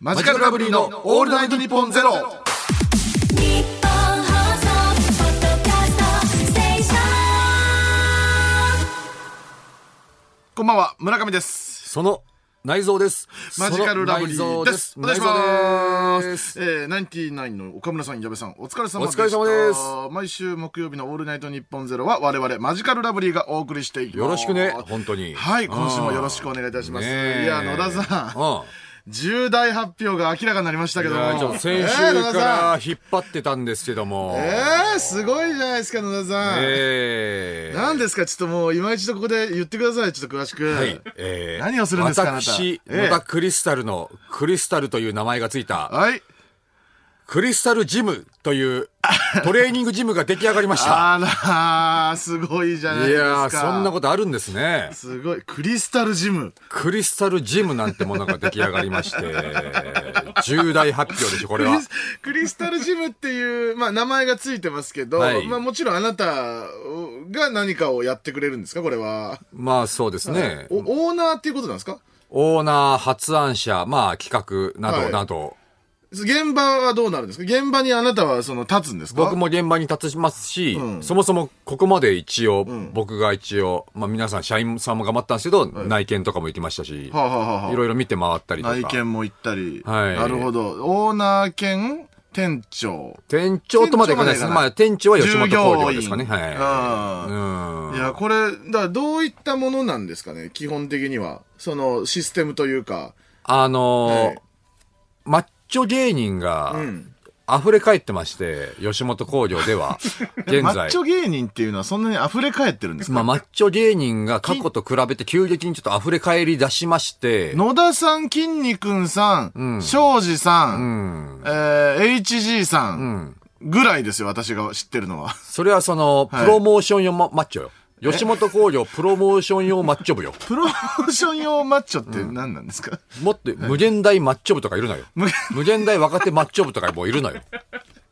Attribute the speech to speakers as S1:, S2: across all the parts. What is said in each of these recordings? S1: マジカルラブリーのオールナイトニッポンゼロ。
S2: 日本放送ポッドキャストステーション
S1: こんばんは、村上です。
S3: その内臓です。
S1: マジカルラブリ
S3: そ
S1: ー
S3: の内臓
S1: です。お願いしま。
S3: 内臓です
S1: えー、ナインティナインの岡村さん、矢部さん、お疲れ様でした。
S3: お疲れ様です
S1: 毎週木曜日のオールナイトニッポンゼロは、我々マジカルラブリーがお送りしていきます。
S3: よろしくね本当に
S1: はい、今週もよろしくお願いいたします。
S3: ねえ
S1: いや、野田さん、
S3: うん
S1: 重大発表が明らかになりましたけど
S3: いやちょっ
S1: も。
S3: と先週
S1: えー野田
S3: か
S1: さん
S3: ら引っ張ってたんですけども。
S1: えー、すごいじゃないですか、野田さん。
S3: えー
S1: 何ですかちょっともう、今一度ここで言ってください、ちょっと詳しく。
S3: はい。えー
S1: 何をするんですかあなた
S3: 私、
S1: ええ
S3: 野田クリスタルの、クリスタルという名前がついた、
S1: はい。
S3: クリスタルジム というトレーニングジムが出来上がりました。
S1: あらー、すごいじゃない
S3: い
S1: ですか。
S3: やー、そんなことあるんですね。
S1: すごい。クリスタルジム。
S3: クリスタルジムなんてものが出来上がりまして、重大発表でしょ、こ
S1: ク
S3: れ
S1: リ
S3: は。
S1: スクリスタルジムっていう、まあ、名前がついてますけど、
S3: はい
S1: まあ、もちろんあなたが何かをやってくれるんですかこれは。
S3: まあそうですね。
S1: おオーナーっていうことなんですか
S3: オーナー、発案者、まあ企画な
S1: は
S3: ど
S1: い
S3: など、
S1: 現場はどうなるんですか現場にあなたはその立つんですか
S3: 僕も現場に立ちますし、
S1: うん
S3: そもそもここまで一応、僕が一応、まあ皆さん社員さんも頑張ったんですけど、内見とかも行きましたし、
S1: はあ、はあはあ、
S3: いろいろ見て回ったりとか。
S1: 内見も行ったり。
S3: はい
S1: なるほど。オーナー兼店長。
S3: 店長とまでいかないです
S1: 店長までいか
S3: ね。
S1: ない
S3: まあ店長は吉本興業ですかね。
S1: 従業員
S3: はい。うん
S1: いや、これ、だからどういったものなんですかね基本的には。そのシステムというか。
S3: あのー
S1: はい
S3: マッチョ芸人が、
S1: うん
S3: 溢れ返ってまして、吉本興業では、現
S1: マ
S3: 在。
S1: ッチョ芸人っていうのはそんなに溢れ返ってるんですか、
S3: まあ、マッチョ芸人が過去と比べて急激にちょっと溢れ返り出しまして、
S1: 野田さん、筋肉さん、庄司さ、
S3: うんん。
S1: えー HG さ
S3: うんん。
S1: ぐらいですよ、私が知ってるのは。
S3: それはその、
S1: はい
S3: プロモーション用マ,、マッチョよ。吉本興業プロモーション用マッチョ部よ。
S1: プロモーション用マッチョって何なんですか、
S3: もっと、無限大マッチョ部とかいるのよ。
S1: 無限
S3: 無限大若手マッチョ部とかもういるのよ。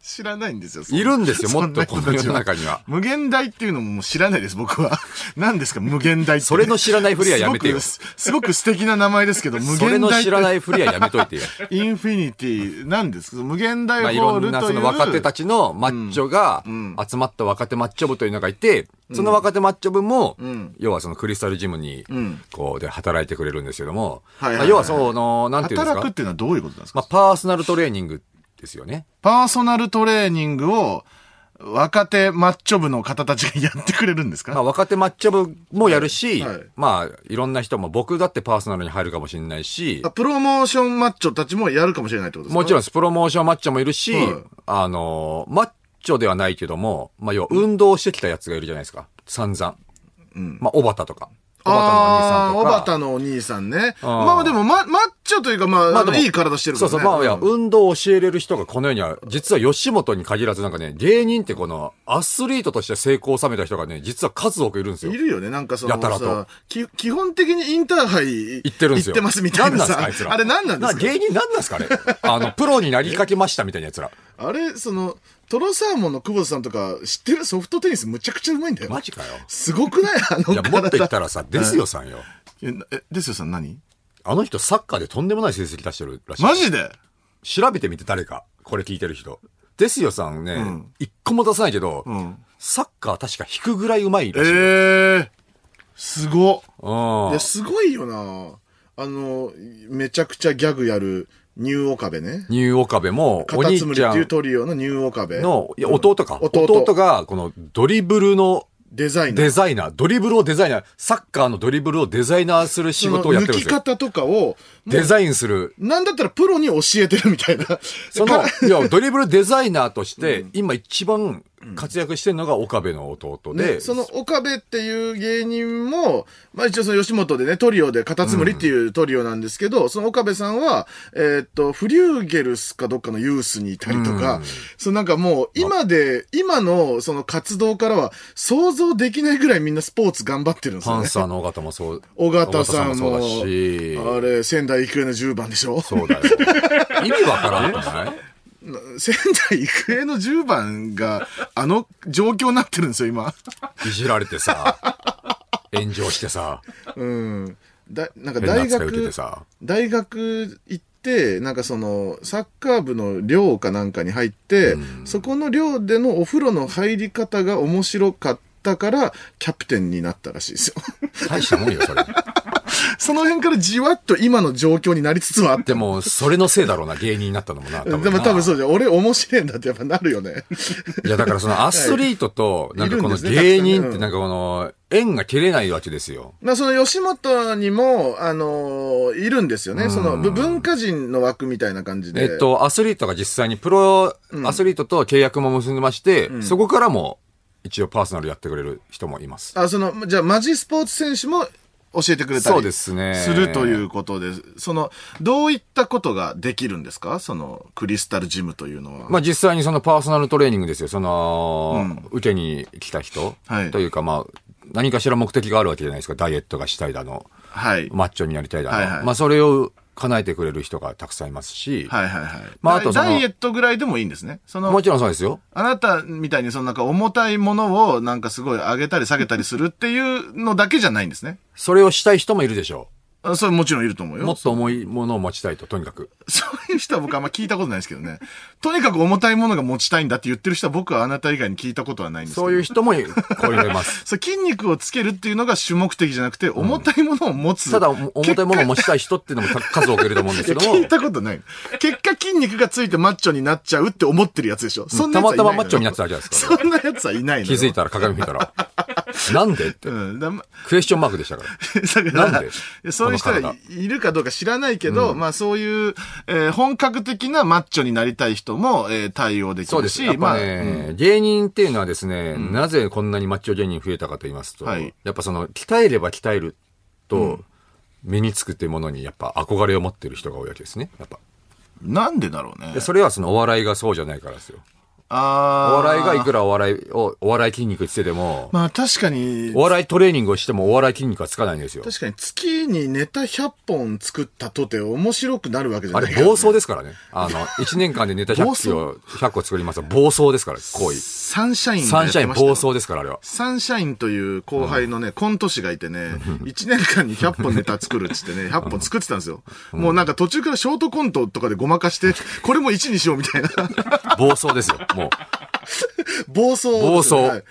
S1: 知らないんですよ。そ
S3: いるんですよ、
S1: そ
S3: も
S1: ん
S3: っ
S1: な
S3: と
S1: 人
S3: こ
S1: たちは
S3: の世の中には。
S1: 無限大っていうのももう知らないです、僕は。何ですか、無限大って。
S3: それの知らないふりはやめてよ
S1: すごくすごく素敵な名前ですけど、 無
S3: それ
S1: 限
S3: の
S1: 大っ
S3: 知ら
S1: て。
S3: ないふりはやめと いてよ。
S1: インフィニティ、何ですか無限大
S3: まあ、い
S1: ホ
S3: ろ
S1: ール
S3: んな
S1: と
S3: そ
S1: いう。
S3: の若手たちのマッチョが集まった若手マッチョ部というのがいて、その若手マッチョ部も、要はそのクリスタルジムに
S1: ん、
S3: こう、で働いてくれるんですけども、
S1: はいはいはい
S3: まあ要はその、なんていうんです
S1: 働くっ
S3: か、
S1: ていうのはどういうことなんですか、
S3: まあ、パーソナルトレーニングですよね。
S1: パーソナルトレーニングを若手マッチョ部の方たちがやってくれるんですか、
S3: まあ、若手マッチョ部もやるし、
S1: はいはい
S3: まあ、いろんな人も、僕だってパーソナルに入るかもしれないし
S1: あ、プロモーションマッチョたちもやるかもしれないってことですか
S3: もちろ
S1: ん。
S3: んプロモーションマッチョもいるし、
S1: はい
S3: あのーマッチョではないけども、まあ、要は運動してきたやつがいるじゃないですか。散々。まあ、小畑とか。小畑のお兄さ
S1: あ
S3: ん
S1: あ、
S3: と
S1: お
S3: か。
S1: ばたのお兄さんね。
S3: ん
S1: まあでも、ま、マッチョというか、まあ、
S3: まあ
S1: あの
S3: でも
S1: いい体してるか
S3: そう
S1: らね。
S3: そう、まあ、いや、
S1: うん
S3: 運動を教えれる人がこの世には、実は吉本に限らずなんかね、芸人ってこの、アスリートとして成功を収めた人がね、実は数多くいるんですよ
S1: い。るよね、なんかその
S3: やたらと
S1: さき基本的にインターハイ
S3: 言ってるんです
S1: 行っ
S3: よ。
S1: てますみたいなさ。
S3: 何んすかあいつら。
S1: あれ何なんですか
S3: 芸人何な んすかあれ。あの、プロになりかけましたみたいなやつら。
S1: あれ、その、トロサーモンの久保田さんとか知ってるソフトテニスむちゃくちゃうまいんだよ。
S3: マジかよ。
S1: すごくないあの
S3: いや、
S1: 体。
S3: もっと言ったらさ、ですよさんよ。
S1: え、なえですよさん何
S3: あの人サッカーでとんでもない成績出してるらしい。
S1: マジで
S3: 調べてみて誰か。これ聞いてる人。ですよさんね、一個も出さないけど、
S1: ん
S3: サッカー確か引くぐらいうまいらしい。
S1: ええすご。
S3: うん
S1: いや、すごいよな。あの、めちゃくちゃギャグやる、ニューオカベね。
S3: ニューオカベも、
S1: カ
S3: お
S1: タ
S3: 兄
S1: ツムリ
S3: ち
S1: っ
S3: ゃ
S1: ていうんトリオのニューオカベ。
S3: の、いや弟か。
S1: 弟
S3: が、このドリブルの
S1: デザイン。
S3: デザイナー、ドリブルをデザイナー、サッカーのドリブルをデザイナーする仕事をやってるん
S1: 抜
S3: で
S1: き
S3: すよ。
S1: 方とかを、
S3: デザインする。
S1: なんだったらプロに教えてるみたいな。
S3: そ
S1: か
S3: の、いや、ドリブルデザイナーとして、今一番活躍してるのが岡部の弟で、
S1: ね、その岡部っていう芸人も、まあ一応その吉本でね、トリオで、カタツムリっていうトリオなんですけど、その岡部さんは、えーっと、フリューゲルスかどっかのユースにいたりとか、そのなんかもう今で、今のその活動からは想像できないぐらいみんなスポーツ頑張ってるんです
S3: パ
S1: よ
S3: ン
S1: ね。
S3: サーの尾形もそう。
S1: 尾形さんも、
S3: 尾形そうだし。
S1: あれ、仙台育英の10番でしょ
S3: そうだよ。意味わからんくない
S1: 仙台育英の10番が、あの状況になってるんですよ、 今。
S3: いじられてさ、炎上してさ、
S1: うん。だ、なんか
S3: 変な
S1: 大
S3: 扱い受け
S1: 学
S3: て、さ。
S1: 大学行っって、なんかその、サッカー部の寮かなんかに入って、そこの寮でのお風呂の入り方が面白かったから、キャプテンになったらしいですよ。
S3: 大したもんよ、それ。
S1: その辺からじわっと今の状況になりつつはあって
S3: でも、それのせいだろうな、芸人になったのもな。
S1: でも
S3: な
S1: 多分そうじゃん。俺面白いんだってやっぱなるよね。
S3: いや、だからそのアスリートと、なんかこの
S1: いるんですね
S3: 芸人
S1: たくさ
S3: って
S1: んね
S3: なんかこの、縁が切れないわけですよ。
S1: まあその吉本にも、あのーいるんですよね。そのぶ文化人の枠みたいな感じで。
S3: えっと、アスリートが実際にプロアスリートと契約も結んでまして、そこからも一応パーソナルやってくれる人もいます。
S1: あ、その、じゃあマジスポーツ選手も教えてくれたり。
S3: そうですね
S1: するということで、その、どういったことができるんですかその、クリスタルジムというのは。
S3: まあ実際にそのパーソナルトレーニングですよ。その、受けに来た人、
S1: はい
S3: というかまあ、何かしら目的があるわけじゃないですか。ダイエットがしたいだの、
S1: はい。
S3: マッチョになりたいだの。
S1: はいはい
S3: まあそれを叶えてくれる人がたくさんいますし、
S1: はいはいはい。
S3: まああとその
S1: ダイダイエットぐらいでもいいんですね。その、
S3: もちろんそうですよ。
S1: あなたみたいにそのなんか重たいものをなんかすごい上げたり下げたりするっていうのだけじゃないんですね。
S3: それをしたい人もいるでしょ
S1: あそれもちろんいると思う
S3: う。も
S1: よ
S3: っ。と重いものを持ちたいと、とにかく。
S1: そういう人は僕あんま聞いたことないですけどね。とにかく重たいものが持ちたいんだって言ってる人は僕はあなた以外に聞いたことはないんですけど。
S3: そういう人もいる、これいます。
S1: そう筋肉をつけるっていうのが主目的じゃなくて、重たいものを持つ。
S3: ただ、重たいものを持ちたい人っていうのもた数多くいると思うんですけど
S1: いや聞い
S3: も、
S1: たことない。結果筋肉がついてマッチョになっちゃうって思ってるやつでしょ。そんな
S3: た
S1: やつ
S3: ま
S1: はいないのよ
S3: たまマッチョになってたわけですから。
S1: そんなやつはいないの
S3: 気づい
S1: た。
S3: たら鏡見たら、なんでって、
S1: うん。だま
S3: クエスチョンマークでしたから。
S1: だから
S3: なんで
S1: いや そういう人
S3: この
S1: がいるかどうか知らないけど、まあそういう、えー本格的なマッチョになりたい人も、えー対応でき
S3: そう
S1: る
S3: です。
S1: し、
S3: やっ
S1: ま
S3: ぱ
S1: あ、
S3: ね、芸人っていうのはですね、なぜこんなにマッチョ芸人増えたかと言いますと、
S1: はい
S3: やっぱその、鍛えれば鍛えると、身につくっていうものにやっぱ憧れを持ってる人が多いわけですね。やっぱ。
S1: うんなんでだろうね
S3: で。それはそのお笑いがそうじゃないからですよ。お
S1: あー
S3: 笑いがいくらお笑いを、お笑い筋肉つけても、
S1: まあ確かに
S3: お、笑いトレーニングをしてもお笑い筋肉はつかないんですよ。
S1: 確かに月にネタ100本作ったとて面白くなるわけじゃ
S3: あ
S1: ない
S3: れ、
S1: からね
S3: 暴走ですからね。あの、1年 間でネタ
S1: 暴
S3: 100
S1: 走
S3: 個を、100個作ります暴走ですから、行為。
S1: サンシャインが
S3: サ
S1: や
S3: ン
S1: っ
S3: シャイ
S1: て
S3: ン
S1: ました
S3: 暴
S1: よ
S3: 走ですから、あれは。
S1: サンシャインという後輩のね、コント師がいてね、1年間に100本ネタ作るっつってね、100本 作ってたんですよ。もうなんか途中からショートコントとかでごまかして、これも1にしようみた いな。
S3: 暴走ですよ、もう。
S1: 暴走、
S3: 暴走
S1: はい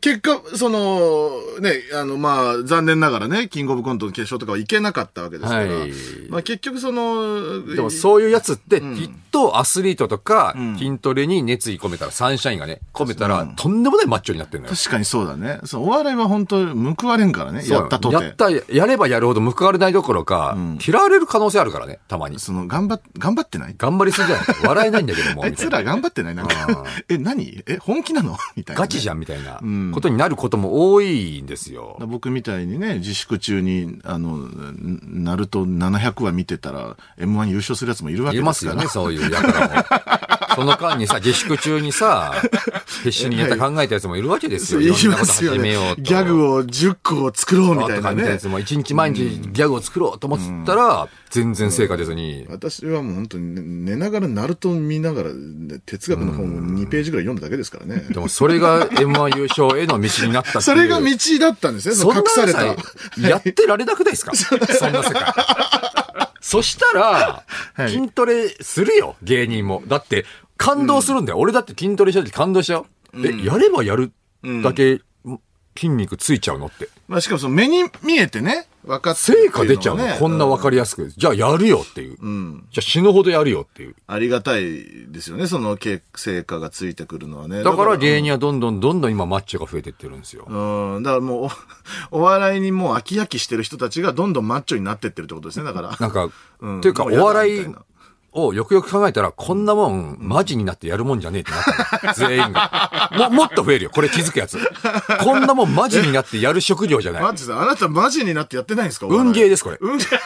S1: 結果、その、ね、あの、まあ、残念ながらね、キングオブコントの決勝とかはいけなかったわけですから、
S3: はい
S1: まあ結局その、
S3: でもそういうやつって、きっとアスリートとか、筋トレに熱意込めたら、サンシャインがね、込めたら、とんでもないマッチョになってんのよ。
S1: 確かにそうだね。そう、お笑いは本当報われんからね、やったと
S3: そうや
S1: て
S3: っ。た、やればやるほど報われないどころか、嫌われる可能性あるからね、たまに。
S1: その、頑張っ、頑張ってない
S3: 頑張りすぎじゃない笑えないんだけども、
S1: あい
S3: みたい
S1: つ
S3: な
S1: ら頑張ってないなんか、 え、何え、本気なの みたいなね、
S3: ガチじゃん、みたいなことになることも多いんですよ。
S1: 僕みたいにね、自粛中に、あの、んナルト700話見てたら、M1 優勝するやつもいるわけ
S3: い
S1: で
S3: ます
S1: す
S3: よ
S1: から
S3: ね、。そういう やからも。その間にさ、自粛中にさ、必死にネタ考えたやつもいるわけですよ。
S1: い
S3: ろんな
S1: ま
S3: こと
S1: すよ
S3: 始め
S1: ね
S3: よう。と。
S1: ギャグを10個を作ろうみたいな
S3: とかみたいな
S1: ね
S3: や。つも、一日毎日ギャグを作ろうと思ってたら、全然成果出ずに、
S1: 私はもう本当にね寝ながらナルト見ながら、ね哲学の本を2ページぐらい読んだだけですからね。
S3: でもそれが M1 優勝への道になったってい う。
S1: それが道だったんですね、そ
S3: そ
S1: の
S3: んな
S1: 隠された。
S3: さやってられなくないですか そんな世界。そしたら、
S1: い
S3: 筋トレするよ、芸人も。だって、感動するんだよ。俺だって筋トレした時感動したよ。え、やればやるだけ筋肉ついちゃうのって。
S1: まあ、しかもその目に見えてね、分かって
S3: 成果出ちゃうのこんなわ
S1: 分
S3: かりやすく。じゃあやるよっていう。じゃあ死ぬほどやるよっていう。
S1: ありがたいですよね、そのけ成果がついてくるのはね。
S3: だから芸人はどんどんどんどん今マッチョが増えてってるんですよ。
S1: うん、だからもうお、お 笑いにもう飽き飽きしてる人たちがどんどんマッチョになってってるってことですね、だから。
S3: なんか、
S1: うん
S3: っていうか
S1: も
S3: お
S1: うやだ
S3: 笑
S1: み
S3: い
S1: たいな
S3: をよくよく考えたら、こんなもん、マジになってやるもんじゃねえってなったの全員が。 も、もっと増えるよ。これ気づくやつ。こんなもんマジになってやる職業じゃな
S1: マ
S3: い
S1: ッ。チョさん、あなたマジになってやってないんですか
S3: 運ゲー
S1: で。
S3: です、これ。
S1: 運ゲー。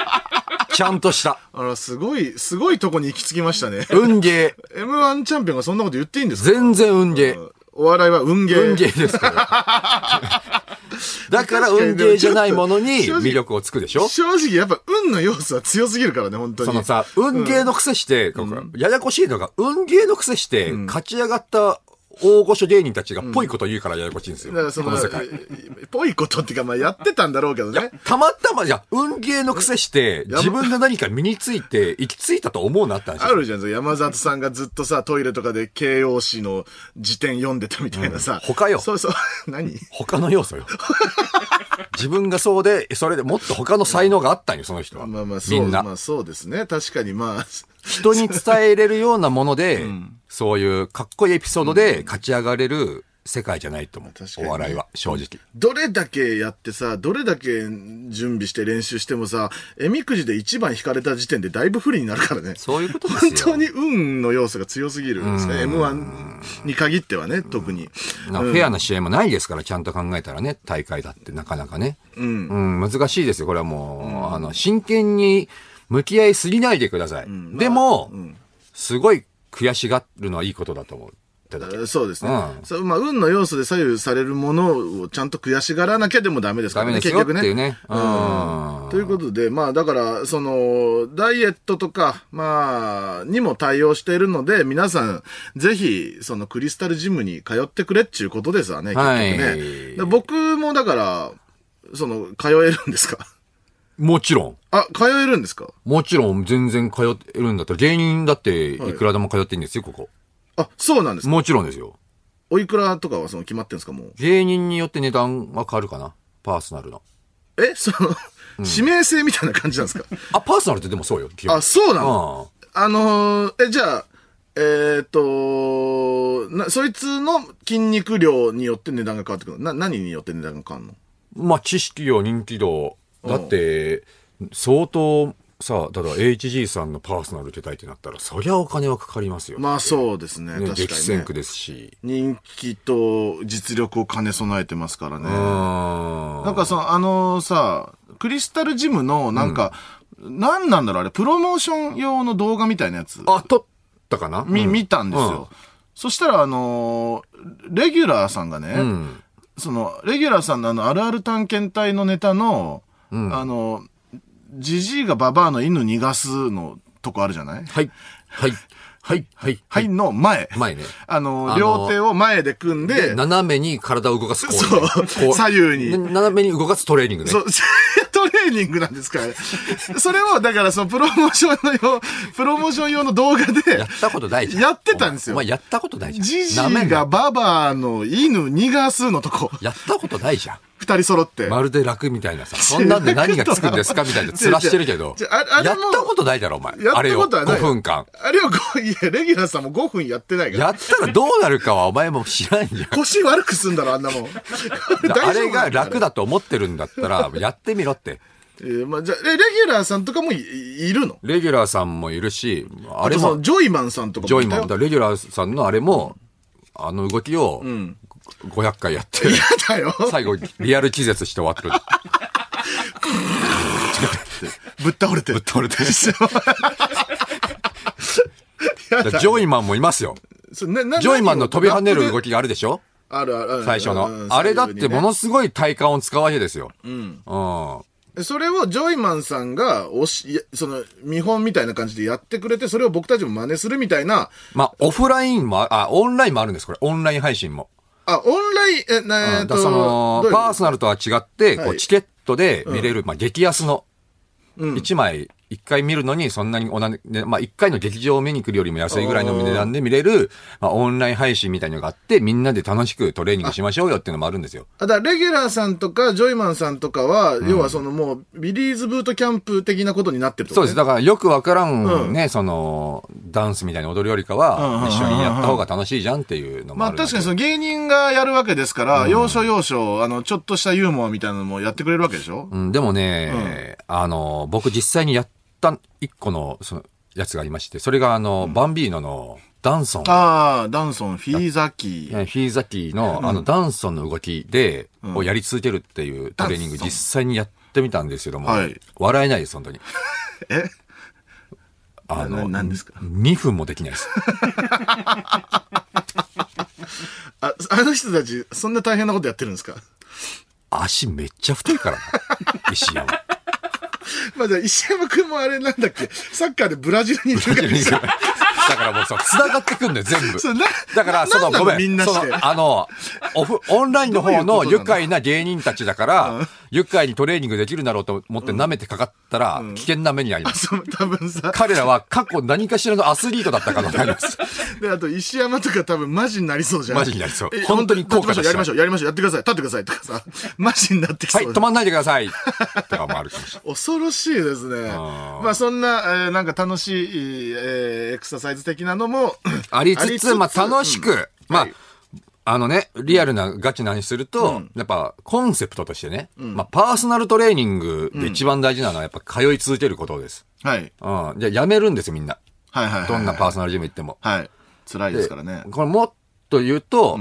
S3: ちゃんとした。
S1: あら、すごい、すごいとこに行き着きま したね。
S3: 運ゲー。
S1: M1 チャンピオンがそんなこと言っていいんですか
S3: 全然運ゲー。
S1: お笑いは運ゲー。
S3: 運ゲーです、こ れ。だから運ゲーじゃないものに魅力をつくでしょ
S1: 正直、やっぱ運の要素は強すぎるからね、本当に。
S3: そのさ、運ゲーの癖して、こうややこしいのが、運ゲーの癖して、勝ち上がった大御所芸人たちがぽいこと言うからややこしいんですよ。
S1: だからそ
S3: こ
S1: の、
S3: の世界。
S1: えぽいことっていうか、まあやってたんだろうけど
S3: いや
S1: ね。、
S3: たまたま、いや、運芸の癖して、
S1: やば
S3: 自分で何か身について、行き着いたと思うのあったんです
S1: あ
S3: よ。
S1: るじゃん、山里さんがずっとさ、トイレとかで形容詞の辞典読んでたみたいなさ。
S3: うん他よ
S1: そうそう。 何
S3: 他の要素よ。 自分がそうで、それでもっと他の才能があったんよ、その人は。
S1: まあまあ、そ
S3: み
S1: う、
S3: んな。
S1: まあそうですね。確かにまあ、
S3: 人に伝えれるようなもので、そういうかっこいいエピソードで勝ち上がれる世界じゃないと思う
S1: まあ確。かにね
S3: お笑いは、正直。
S1: どれだけやってさ、どれだけ準備して練習してもさ、えみくじで一番引かれた時点でだいぶ不利になるからね。
S3: そういうことです
S1: 本
S3: よ。
S1: 当に運の要素が強すぎるんですね。M1 に限ってはね、特に。
S3: なフェアな試合もないですから、ちゃんと考えたらね、大会だってなかなかね。うん。難しいですよ、これはもう、あの、真剣に向き合いすぎないでください。でも、すごい悔しがるのはいいことだと思う。ただ
S1: そうですね。
S3: うん
S1: そうまあ、運の要素で左右されるものをちゃんと悔しがらなきゃでもダメですか
S3: ダ
S1: ら
S3: メ
S1: ね、
S3: です
S1: 結
S3: よって
S1: 局
S3: いう
S1: ね。
S3: ね。うん。
S1: ということで、まあ、だから、その、ダイエットとか、まあ、にも対応しているので、皆さん、ぜひ、その、クリスタルジムに通ってくれっていうことですわね、結局
S3: は
S1: ね。で
S3: い
S1: 僕も、だから、その、通えるんですか
S3: もちろん。
S1: あ、通えるんですか
S3: もちろん、全然通ってるんだったら、芸人だっていくらでも通ってんですよ、ここ。
S1: あ、そうなんですか
S3: もちろんですよ。
S1: おいくらとかはその決まってんですかもう。
S3: 芸人によって値段は変わるかな。パーソナルの。
S1: えその、指名制みたいな感じなんですか
S3: あ、パーソナルってでもそうよ、基本
S1: あ、そうなの
S3: うん。
S1: あのーえ、じゃあ、えーっと、な、そいつの筋肉量によって値段が変わってくるのな、何によって値段が変わるの
S3: まあ、知識量、認知度。だって、相当、さ、ただ HG さんのパーソナル受けたいってなったら、そりゃお金はかかりますよ。
S1: まあそうですね、
S3: ね、
S1: 確
S3: 激
S1: かに、
S3: 戦
S1: ね
S3: 区。ですし。
S1: 人気と実力を兼ね備えてますからね。
S3: うーん。
S1: なんかその、あのさ、クリスタルジムの、なんか、何なんだろうあれ、プロモーション用の動画みたいなやつ。
S3: あ、撮ったかな
S1: み、
S3: うん
S1: 見たんですよ。そしたら、あのーレギュラーさんがね、
S3: うん。
S1: その、レギュラーさんのあの、あるある探検隊のネタの、あの、ジジイがババアの犬逃がすのとこあるじゃない
S3: はい。はい。はい。はい。
S1: はい、の前。
S3: 前ね。
S1: あの、
S3: あの
S1: 両手を前で組んで、
S3: 斜めに体を動かすこね
S1: そう
S3: こ
S1: 左右に
S3: ね斜めに動かすトレーニングね。
S1: そう、 トレーニングなんですか それを、だからそのプロモーションの用、プロモーション用の動画
S3: や
S1: で
S3: っ、たことないじゃん。
S1: やってたんですよ
S3: お前やったことないじゃん。
S1: ジジ
S3: なめ
S1: イ
S3: んな
S1: がババアの犬逃がすのとこ、
S3: やったことないじゃん。
S1: 二人揃って。
S3: まるで楽みた いなさ。そんなんで何がつくんですかみたいな面してるけど
S1: 違う違うあ。あれ
S3: やっ
S1: も
S3: たことないだろ、お前。
S1: や
S3: あれ
S1: った
S3: を
S1: ことはない。
S3: 5分間。。
S1: あれを5、いや、レギュラーさんも5分やってないから。
S3: やったらどうなるかはお前も知らん じゃん。
S1: 腰悪くすんだろ、あんなもん。
S3: あれが楽
S1: だ。
S3: だと思ってるんだったら、やってみろって。
S1: えーまあ、じゃあえレギュラーさんとかもいいるの
S3: レギュラーさんもいるし、あ
S1: あ
S3: れ
S1: とそ
S3: も
S1: の、、ジョイマンさんとかも
S3: ジョイマン
S1: い
S3: だ
S1: たよ
S3: からレギュラーさんのあれも、あの動きを、500回やって、
S1: 嫌だよ。
S3: 最後、リアル気絶して終わってる。
S1: ぶっ倒れてる。
S3: 取れてる。
S1: や
S3: だか
S1: だ
S3: らジョイマンもいますよ。
S1: それなな
S3: ジョイマンの飛び跳ねる
S1: ラップ
S3: 動きがあるでしょ
S1: であるあるある。
S3: 最初
S1: う
S3: の。
S1: ん
S3: あれだっても。
S1: 左
S3: のすごい体幹を使うわけですよ。うん。
S1: 右にねそれをジョイマンさんが、おし、いやその、見本みたいな感じでやってくれて、それを僕たちも真似するみたいな、
S3: まあ、オフラインもあ、あオンラインもあるんです、これ。オンライン配信も。
S1: あ、オンライン、え、
S3: うん
S1: な、えっ
S3: だか
S1: と、
S3: らその
S1: どういうこと
S3: パーソナルとは違って、こ
S1: は
S3: う
S1: い
S3: チケットで見れる、まあ、激安の、1枚、1回見るのに、そんなに同じ、ねまあ、1回の劇場を見に来るよりも安いぐらいの値段で見れる、まあ、オンライン配信みたいなのがあって、みんなで楽しくトレーニングしましょうよっていうのもあるんですよ。
S1: あだからレギュラーさんとか、ジョイマンさんとかは、要はそのもう、ビリーズブートキャンプ的なことになってるって
S3: そ
S1: こと
S3: うです。だからよくわからんね、その、ダンスみたいに踊るよりかは、一緒にやった方が楽しいじゃんっていうのも
S1: ま
S3: あ
S1: あ
S3: るんだ
S1: 確
S3: け
S1: か
S3: ど
S1: にその芸人がやるわけですから、要所要所、あの、ちょっとしたユーモアみたいなのもやってくれるわけでしょ、
S3: うん、でもね、あの、僕実際にやった一個の、その、やつがありまして、それがあの、バンビーノのダンソン。
S1: ああ、ダンソン、フィーザキー。
S3: ねフィーザキーの、あの、ダンソンの動きで、をやり続けるっていうトレーニン
S1: ダン
S3: グ、
S1: ソン
S3: 実際にやってみたんですけども、
S1: はい
S3: 笑えないです、本当に。
S1: え
S3: あ
S1: な
S3: の、
S1: 何ですか
S3: ?2 分もできないです。
S1: あ、あの人たち、そんな大変なことやってるんですか
S3: 足めっちゃ太いからな、石山。
S1: まあじゃあ石山くんもあれなんだっけサッカーでブラジルにいるからさ
S3: だからもうさ、繋がってくんだよ、全部
S1: それな。
S3: だから、その、
S1: なんなの
S3: ごめ
S1: みん
S3: ん。
S1: なして
S3: その、あの、オフ、オンラインの方
S1: どういうこ
S3: の
S1: となの
S3: 愉快な芸人たちだから、愉快にトレーニングできるだろうと思って舐めてかかったら、危険な目に遭います。
S1: その多分さ、
S3: 彼らは過去何かしらのアスリートだったからな ります。
S1: で、あと石山とか多分マジになりそうじゃん。
S3: マジになりそう
S1: え
S3: 本当に効果出した
S1: やりましょう、やりましょう、やってください、立ってくださいとかさ、マジになってきそう
S3: はい、
S1: じゃん。
S3: 止まんないでください。とかもあるかもしれ
S1: 恐ろしいですね。
S3: あー
S1: まあそんな、えーなんか楽しい、えーエクササイズ的なのも、
S3: ない。ありつつ、まあ楽し
S1: うん
S3: く、まあ
S1: はい、
S3: あのね、リアルなガチな話すると、やっぱコンセプトとしてね、まあパーソナルトレーニングで一番大事なのはやっぱ通い続けることです。
S1: はい。
S3: うん。じゃあやめるんですよ、みんな。
S1: はいはいはい。
S3: どんなパーソナルジム行っても。
S1: はい。辛いですからね。
S3: これもっと言うと、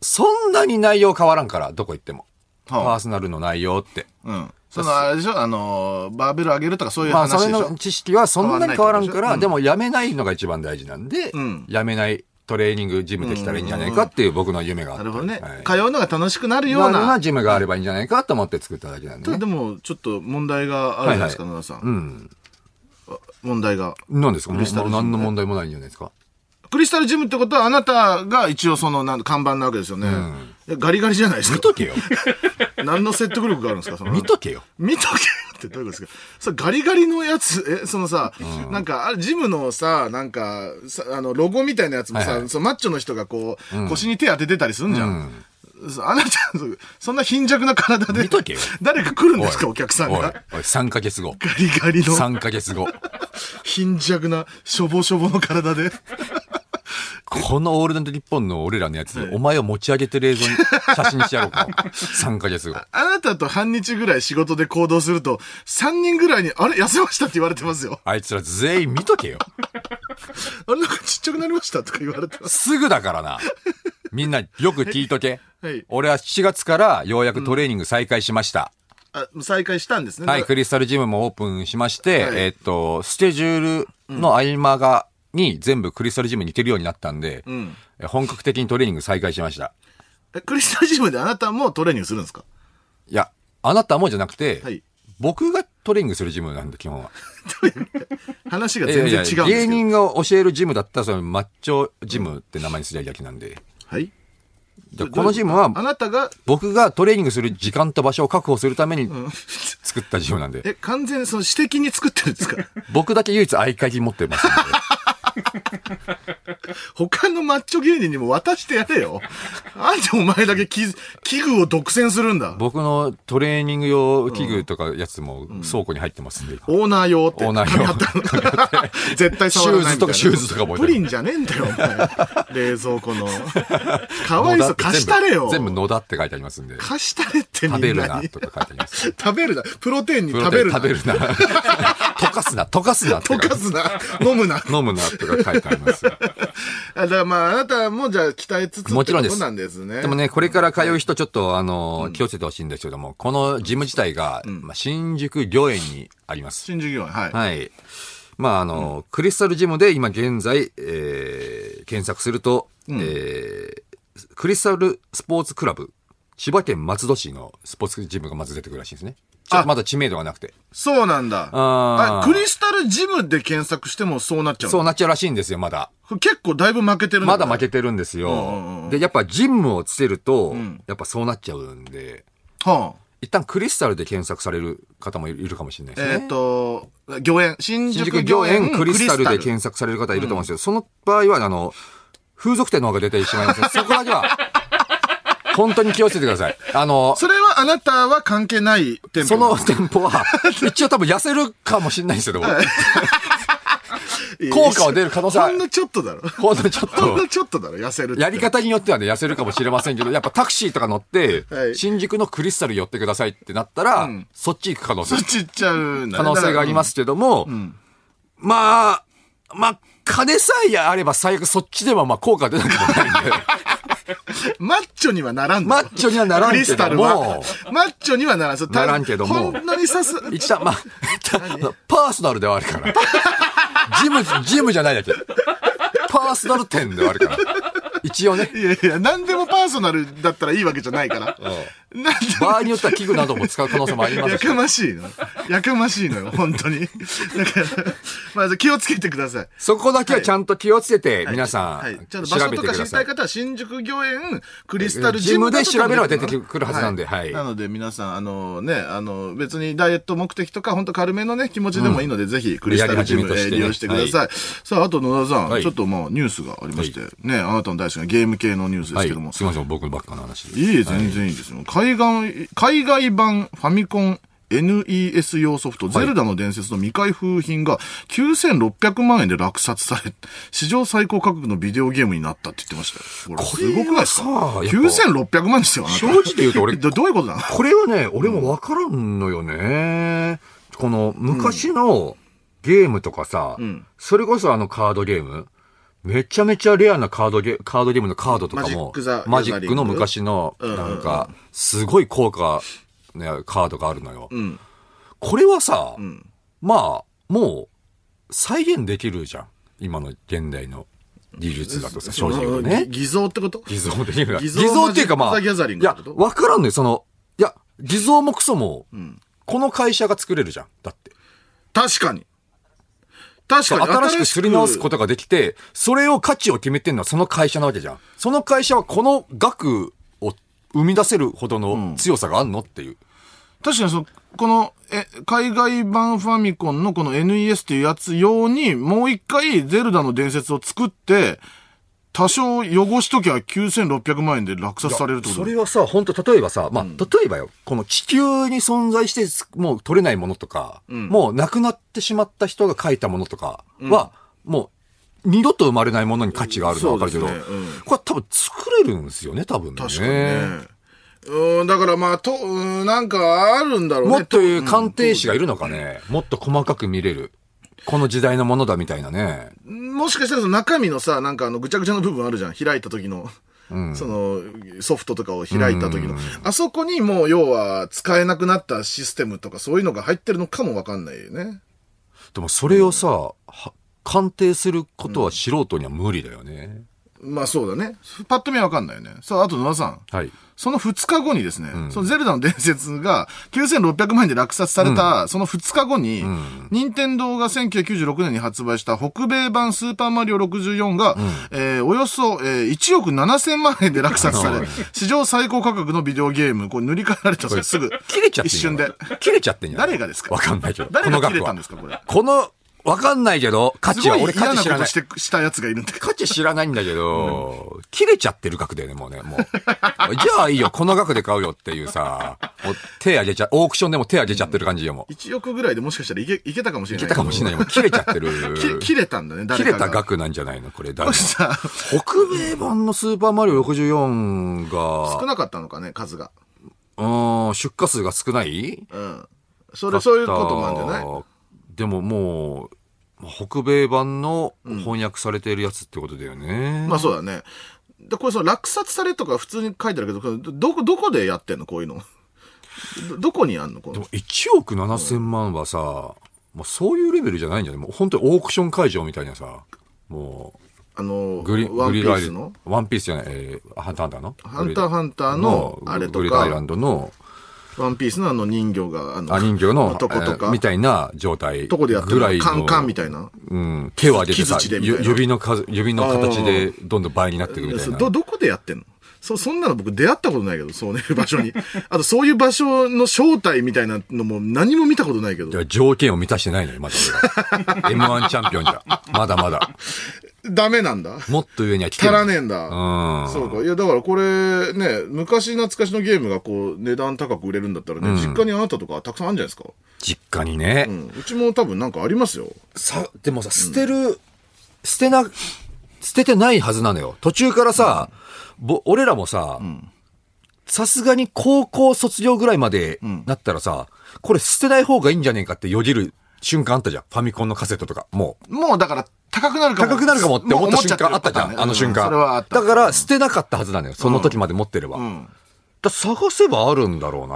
S3: そんなに内容変わらんから、どこ行っても。
S1: はあ
S3: パーソナルの内容って。
S1: うん。その、あれでしょあのー、バーベル上げるとかそういう
S3: ま
S1: 話
S3: あ、そ
S1: でし
S3: れ
S1: ょ、
S3: の知識はそんなに変わらんか
S1: 変わらないってことでしょう
S3: ら、
S1: ん
S3: でもやめないのが一番大事なんで
S1: ん、
S3: やめないトレーニングジムできたらいいんじゃないかっていう僕の夢があって。
S1: なるほどね、
S3: はい
S1: 通うのが楽しくなるよ
S3: よ
S1: う
S3: うな
S1: な。
S3: ジムがあればいいんじゃないかと思って作っただけなんで
S1: ただ
S3: ね。
S1: でも、ちょっと問題があるじゃないですか、
S3: は
S1: 野田さ。
S3: うんん。
S1: 問題が。
S3: 何ですかも
S1: クリスタル
S3: う
S1: ジムね
S3: 何の問題もないんじゃないですか
S1: クリスタルジムってことは、あなたが一応その、なん看板なわけですよね。
S3: ん
S1: えガリガリじゃないです
S3: 見
S1: か。
S3: とけよ。
S1: 何の説得力があるんですか、その。
S3: 見とけよ。
S1: 見とけよってどういうことですかそれガリガリのやつ、え、そのさ、なんか、あれジムのさ、なんか、さあの、ロゴみたいなやつもさ、
S3: はいはい
S1: そのマッチョの人がこう、腰に手当ててたりすんじゃん。そあなた、そそんな貧弱な体で
S3: 見とけよ、
S1: 誰か来るんですかお客さん
S3: おい、おい
S1: が。
S3: 3ヶ 月後。
S1: ガリガリの
S3: 3ヶ月後。
S1: 貧弱な、しょぼしょぼの体で。
S3: このオールナイト日本の俺らのやつ、お前を持ち上げてる映像に写真にしてやろ うか。3ヶ月後。
S1: あなたと半日ぐらい仕事で行動すると、3人ぐらいに、あれ痩せましたって言われてますよ。
S3: あいつら全員見とけよ。
S1: あれなんかちっちゃくなりましたとか言われてます。
S3: すぐだからな。みんなよく聞いとけ。
S1: はい
S3: 俺は7月からようやくトレーニング再開しました。
S1: あ、もう再開したんですね。
S3: はい、クリスタルジムもオープンしまして、
S1: はい
S3: えっと、スケジュールの合間が、に全部クリスタルジムに行けるようになったんで、
S1: ん
S3: え本格的にトレーニング再開しました。
S1: えクリスタルジムであなたもトレーニングするんですか
S3: いや、あなたもじゃなくて、
S1: はい
S3: 僕がトレーニングするジムなんで、基本は。
S1: 話が
S3: いや
S1: 全
S3: い
S1: 然違うん
S3: や
S1: ですけど。
S3: 芸人が教えるジムだったら、そのマッチョジムって名前にすりゃいいだけなんで。
S1: はい。
S3: じゃあこのジムは
S1: あ、なたが、
S3: 僕がトレーニングする時間と場所を確保するために作ったジムなんで。
S1: え、完全にその私的に作ってるんですか
S3: 僕だけ唯一合鍵持ってますんで。
S1: 他のマッチョ芸人にも渡してやれよ。なんでお前だけ器器具を独占するんだ。
S3: 僕のトレーニング用器具とかやつも倉庫に入ってますんで。
S1: オーナー用って。
S3: オーナー用
S1: やったの 絶対触らないみたいな。
S3: シューズとかシューズとかも置
S1: プ
S3: いてある
S1: リンじゃねえんだよ、お 前。冷蔵庫の。かわいそう。貸したれよ。
S3: 全部野田って書いてありますんで。
S1: 貸したれってみんな
S3: 食
S1: に。
S3: べるなとか書いてあります。
S1: 食べるな。プロテインに
S3: プロ
S1: 食
S3: テイ
S1: べる
S3: ン
S1: な。
S3: 食べる な。溶かすな、溶かすなって書い
S1: 溶
S3: てあ
S1: か
S3: る
S1: すな。飲むな。
S3: 飲むなとか書いてあります。
S1: あだからまあ、あなたもじゃあ鍛えつつ
S3: もちろんで
S1: って
S3: す
S1: ことなんですね。
S3: でもね、これから通う人、ちょっと、あの、気をつけてほしいんですけども、このジム自体が、まあ新宿御苑にあります。
S1: 新宿業はい。
S3: はい。まあ、あの、クリスタルジムで今現在、えー検索すると、えークリスタルスポーツクラブ、千葉県松戸市のスポーツジムがまず出てくるらしいんですね。ちょっ
S1: あ
S3: とまだ知名度がなくて。
S1: そうなんだ。
S3: あー
S1: クリスタルジムで検索してもそうなっちゃうの
S3: そうなっちゃうらしいんですよ、まだ。
S1: これ結構だいぶ負けてるんだ
S3: ま
S1: ね
S3: だ負けてるんですよ。
S1: んうんうん
S3: で、やっぱジムをつけると、
S1: ん
S3: やっぱそうなっちゃうんで、
S1: はあ、
S3: 一旦クリスタルで検索される方もいるかもしれないですね。
S1: えっ、と、御苑、新
S3: 新
S1: 宿
S3: 宿
S1: 御
S3: 御
S1: 苑
S3: 苑クリスタルで
S1: クリ
S3: 検索される方いると思うんですけど、その場合は、あの、風俗店の方が出てし まいますのでそこだけは、本当に気をつけてください。あの、
S1: それはあなたは関係ない店舗
S3: その店舗 は、一応多分痩せるかもしれないですけど、効果は出る可能性は
S1: ほんのちょっとだろ。
S3: ほんとちょっ
S1: ほんの
S3: と、
S1: ちょっとだろ、痩せるって
S3: やり方によってはね、痩せるかもしれませんけど、やっぱタクシーとか乗って、
S1: はい
S3: 新宿のクリスタル寄ってくださいってなったら、そっち行く可能性
S1: そっ、ち行っちゃうんだ。
S3: 可能性がありますすけども、まあ、まあ、金さえあれば最悪そっちではまあ効果出なくもないんで。
S1: マッチョにはならんの
S3: マッチョにはならん
S1: クリス
S3: けども
S1: タルは。マッチョにはならん。そう
S3: ならんけども
S1: ほんのにさす、
S3: 一旦、まあ、パーソナルではあるから。ジム、ジムじゃないだけ。パーソナル店ではあるから。一応ね、
S1: いやいや、何でもパーソナル だったらいいわけじゃないから。なんで
S3: 場合によっては器具なども使う可能性もあり
S1: も
S3: ま
S1: や
S3: すし
S1: かましいな。やかましいのよ、本当に。だから、まあ、気をつけてください。
S3: そこだけはちゃんと気をつけて、皆さ
S1: はい、
S3: ん、
S1: ちょ
S3: 調
S1: っと場所
S3: べ
S1: と
S3: て
S1: か
S3: く
S1: 知
S3: だ
S1: りた
S3: さい
S1: い。方は、新宿御苑クリスタル
S3: ジ
S1: ジム
S3: ムで
S1: だと
S3: 調べれば出て
S1: 多分
S3: くるはずなんで、はい。
S1: なので皆さん、あのね、あの、別にダイエット目的とか、本当軽めのね、気持ちでもいいので、ぜひ、クリスタルジム、
S3: やり始
S1: え
S3: めとして
S1: ー
S3: ね
S1: 利用してください。さあ、あと野田さん、
S3: はい
S1: ちょっとまあ、ニュースがありまして、ね、あなたの大好きなゲーム系のニュースで
S3: は
S1: す
S3: い。
S1: け
S3: す
S1: ど
S3: み
S1: も、
S3: ません、僕ばっかの話で。
S1: い、い全然いいですよ。海外、海外版ファミコン NES 用ソフト、ゼルダの伝説の未開封品が9600万円で落札され、史上最高価格のビデオゲームになったって言ってましたよ。ほら、
S3: こ
S1: す
S3: れは
S1: ごくないですか
S3: さあやっぱ
S1: ?9600 万ですよ、あなた
S3: 正直言うと俺、
S1: どどういうことなの
S3: これはね、俺もわからんのよね。この昔のゲームとかさ、それこそあのカードゲーム、めちゃめちゃレアなカードゲカードゲームのカードとか
S1: マジッ
S3: も、
S1: クザ
S3: マジック
S1: ギャザリング
S3: の昔の、
S1: うんうんうん
S3: なんか、すごい高価なカードがあるのよ。これはさ、まあ、もう、再現できるじゃん。今の現代の技術だとさ、正直言うとね
S1: ぎ。偽造ってこと
S3: 偽造できる
S1: 偽
S3: 偽
S1: 造
S3: 造っていうかま
S1: マ
S3: あ、
S1: ジックザギャザリン
S3: い
S1: グって
S3: や
S1: こと、
S3: わからんのよ、その、いや、偽造もクソも、この会社が作れるじゃん。だって。
S1: 確かに。確かに。。
S3: 新しくすり直すこととができて、それを価値を決めてるのはその会社なわけじゃん。その会社はこの額を生み出せるほどの強さがあんのっていう。
S1: 確かにその、この、え、海外版ファミコンのこの NES っていうやつ用に、もう一回ゼルダの伝説を作って、多少汚しときゃ9600万円で落札されるってこと
S3: それはさ、本当例えばさ、まあ、例えばよ、この地球に存在してす、もう取れないものとか、もう亡くなってしまった人が書いたものとかは、もう、二度と生まれないものに価値があるのはわかるけど、
S1: そうですねうん
S3: これは多分作れるんですよね、多分ね。
S1: 確かにね。うん、だからまあ、と、うんなんかあるんだろうね。
S3: もっという鑑定士がいるのかね、もっと細かく見れる。この時代のものだみたいなね。
S1: もしかしたらその中身のさ、なんかあのぐちゃぐちゃの部分あるじゃん。開いた時の。そのソフトとかを開いた時の、あそこにもう要は使えなくなったシステムとかそういうのが入ってるのかもわかんないよね。
S3: でもそれをさ、は鑑定することは素人には無理だよね。
S1: まあそうだね。パッと見はわかんないよね。さあ、あと野田さん。
S3: はい。
S1: その2日後にですね、そのゼルダの伝説が9600万円で落札された、その2日後に、任天堂が1996年に発売した北米版スーパーマリオ64が、えーおよそ、えー1億7000万円で落札 され、史上最高価格のビデオゲーム、これ塗り替えられたんですよすぐ。
S3: 切れちゃってん
S1: 一瞬で。
S3: 切れちゃってんじゃん。
S1: 誰がですか
S3: わかんないけど。
S1: 誰が
S3: この
S1: 切
S3: 額
S1: れ
S3: は
S1: たんですかこれ。
S3: この、わかんないけど、価
S1: す
S3: 値
S1: ご
S3: はい俺
S1: 嫌な
S3: 価値
S1: こ
S3: 知らな
S1: と
S3: い
S1: し。て、したやつがいるんだけど。
S3: 価値知らないんだけど、切れちゃってる額だよね、もうね、もう。じ ゃあいいよ、この額で買うよっていうさ、もう手あげちゃ、オークションでも手あげちゃってる感じよ、もう。
S1: 1億ぐらいでもしかしたらいけ、いけたかもしれ
S3: い
S1: ない。
S3: けたかもしれないよ、もう切れちゃってる。
S1: き切れたんだね、
S3: 切
S1: 誰
S3: れ
S1: かが。
S3: た額なんじゃないの、これ、だい ぶ
S1: さあ
S3: 北米版のスーパーマリオ64
S1: 少
S3: が、
S1: なかったのかね、数が。
S3: うーん、出荷数が少ない
S1: うん。それ、そういうことなんじゃない
S3: でももう、北米版の翻訳されているやつってことだよね。
S1: まあそうだね。で、これその落札されとか普通に書いてあるけどこれ、ど、どこ、どこでやってんのこういうの。ど、どこにあんのこ
S3: で
S1: の
S3: も。1億7千万はさ、もうそういうレベルじゃないんじゃないもう本当にオークション会場みたいなさ、も
S1: あの、
S3: う、グリ、
S1: ワン
S3: グ
S1: ピ
S3: リ
S1: ー
S3: ライ
S1: ス
S3: ラ
S1: の
S3: ンワンピースじゃない、えー、ハンターハンターの
S1: ハンターハンターのあれとか
S3: グリライランドの、
S1: ワンピースのあの人形が、あの、
S3: あ、人形の、
S1: とこと
S3: え
S1: か、
S3: ーみたいな状態。
S1: とこでやってる
S3: ぐらいの。
S1: カンカンみたいな。
S3: うん。手を上げてさ、
S1: 木槌でみたい
S3: ゆ
S1: な
S3: 指の数、指の形でどんどん倍になっていくみたい
S1: そう
S3: な。
S1: ど、どこでやってんのそ、そんなの僕出会ったことないけど、そういう場所 に。あと、そういう場所の正体みたいなのも何も見たことないけど
S3: だか。ら条件を満たしてないのよ、まだ俺が。M1 チャンピオンじゃ。まだまだ。
S1: ダメなんだ。
S3: もっと上には来て
S1: 足
S3: る。
S1: らねえんだ。
S3: うん。
S1: そうか。いや、だからこれ、ね、昔懐かしのゲームがこう、値段高く売れるんだったらね、実家にあなたとかたくさんあるんじゃないですか。
S3: 実家にね。
S1: うん。うちも多分なんかありますよ。
S3: さ、でもさ、捨てる、捨てな、捨ててないはずなのよ。途中からさ、ぼ俺らもさ、さすがに高校卒業ぐらいまでなったらさ、これ捨てない方がいいんじゃねえかってよぎる瞬間あったじゃん。ファミコンのカセットとか。もう、
S1: もうだから、高くなるかも。
S3: 高くなるかもって思った瞬間あ
S1: もう思
S3: った
S1: ち
S3: じゃ
S1: てる
S3: ん。あの瞬
S1: うん
S3: 間。
S1: それはあった。
S3: だから捨てなかったはずなのよ。その時まで持ってれば。
S1: ん
S3: だ探せばあるんだろう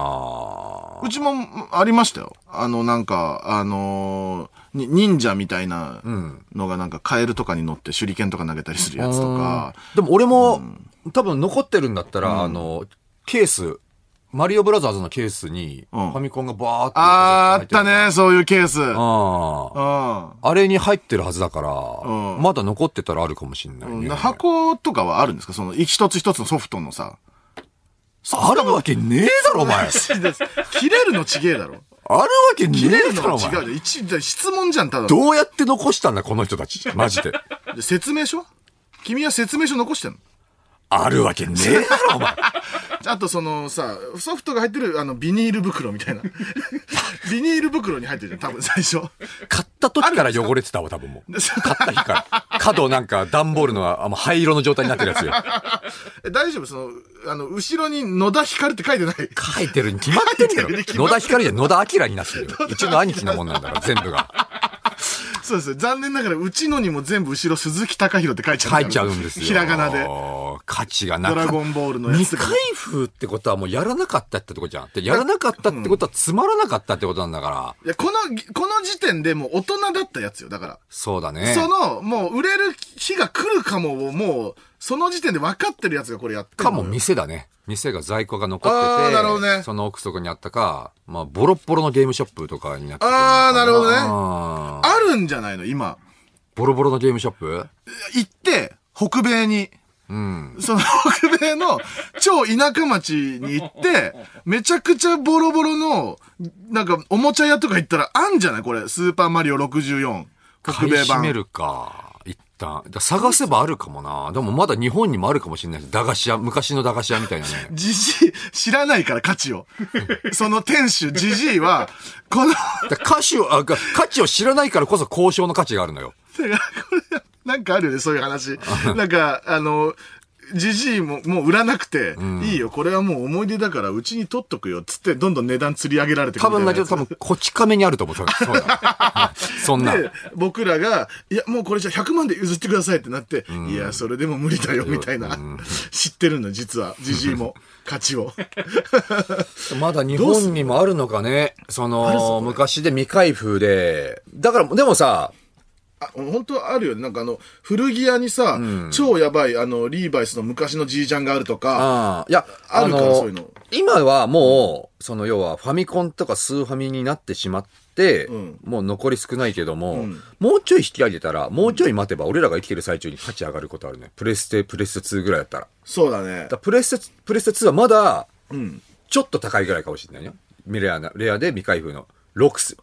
S3: な
S1: うちもありましたよ。あの、なんか、あのーに忍者みたいなのがなんかカエルとかに乗って手裏剣とか投げたりするやつとか、
S3: でも俺も、多分残ってるんだったら、あの、ケース、マリオブラザーズのケースに、フ
S1: うん
S3: ァミコンがバーって。
S1: あーあった。ね、そういうケース。う
S3: ああ。
S1: ん。
S3: あれに入ってるはずだから、
S1: うん
S3: まだ残ってたらあるかもしんないね。
S1: 箱とかはあるんですかその、一つ一つのソフトのさ。
S3: あるわけねえだろ、お前。
S1: 切れるのちげえだろ。
S3: あるわけ ね
S1: 切れ
S3: え
S1: る
S3: だ
S1: の
S3: ろ、お
S1: 違う
S3: 前。
S1: じゃん。一、だから質問じゃん、ただの。
S3: どうやって残したんだ、この人たち。マジで。
S1: で説明書君は説明書残してんの
S3: あるわけねえだろ、お前。
S1: あとそのさ、ソフトが入ってる、あの、ビニール袋みたい な。ビニール袋に入ってるじゃん、多分最初。
S3: 買った時から汚れてたわ、多分も う。
S1: でさ
S3: 買った日から。角なんか段ボールのあもう灰色の状態になってるやつよ。
S1: え大丈夫その、あの、後ろに野田光って書 いてない。
S3: 書いてるに決まってるよ。野田光じゃ野田明になってるよ。うちの兄貴のもんなんだから、全 部が。
S1: そうです。残念ながら、うちのにも全部後ろ鈴木貴弘って書いちゃうか
S3: 書
S1: ら。
S3: いちゃうんですよ。
S1: ひらがなで。
S3: 価値がな
S1: ドラゴンボールのやつと
S3: 未
S1: か
S3: 開封ってことはもうやらなかったってことじゃん。でやらなかったってことはつまらなかったってことなんだから。
S1: いや、この、この時点でもう大人だったやつよ、だから。
S3: そうだね。
S1: その、もう売れる日が来るかもをもう、その時点で分かってるやつがこれやってる
S3: かも店だね。店が在庫が残って
S1: あ
S3: て、
S1: ーなるほどね
S3: その奥底にあったか、まあ、ボロッボロのゲームショップとかになってるの
S1: あ
S3: か
S1: ー、なるほどね。
S3: あー
S1: あるんじゃないの、今。
S3: ボロボロのゲームショップ
S1: 行って、北米に。
S3: うん。
S1: その北米の超田舎町に行って、めちゃくちゃボロボロの、なんかおもちゃ屋とか行ったらあんじゃないこれ、スーパーマリオ64。北
S3: 買い
S1: 米
S3: 占
S1: 版。
S3: めるか。一旦。だ探せばあるかもな。でもまだ日本にもあるかもしれないし駄菓子屋、昔の駄菓子屋 みたいなね。
S1: じじい、知らないから価値を。その店主、じじいは、この、
S3: だ歌手を、あ、が価値を知らないからこそ交渉の価値があ るのよ。
S1: だからこれ、 なんかあるよね、そういう 話。なんか、あの、じじいも、もう売らなくて、いいよ、これはもう思い出だから、うちに取っとくよ、つって、どんどん値段釣り上げられてく
S3: 多分だけど
S1: やつ
S3: 多分、こち亀にあると思う。そうそ うだ。そんな。
S1: で、僕らが、いや、もうこれじゃ100万で譲ってくださいってなって、いや、それでも無理だよ、みたいな。知ってるの、実は、じじいも、価値を。
S3: まだ日本にもあるのかね。その、昔で未開封で。だから、でもさ、
S1: あ本当あるよね。なんかあの、古着屋にさ、超やばい、あの、リーバイスの昔のじいちゃんがあるとか、
S3: ああ、いや、
S1: あるから
S3: の
S1: そういうの
S3: 今はもう、その要はファミコンとかスーファミになってしまって、
S1: ん
S3: もう残り少ないけども、
S1: ん
S3: もうちょい引き上げたら、もうちょい待てば、俺らが生きてる最中に価値上がることあるね。プレステ、プレステ2ぐらいだったら。だか
S1: そうだね。
S3: らプレステ、プレステ2はまだ、
S1: うん。
S3: ちょっと高いぐらいかもしれないよ。レアな、レアで未開封の。6、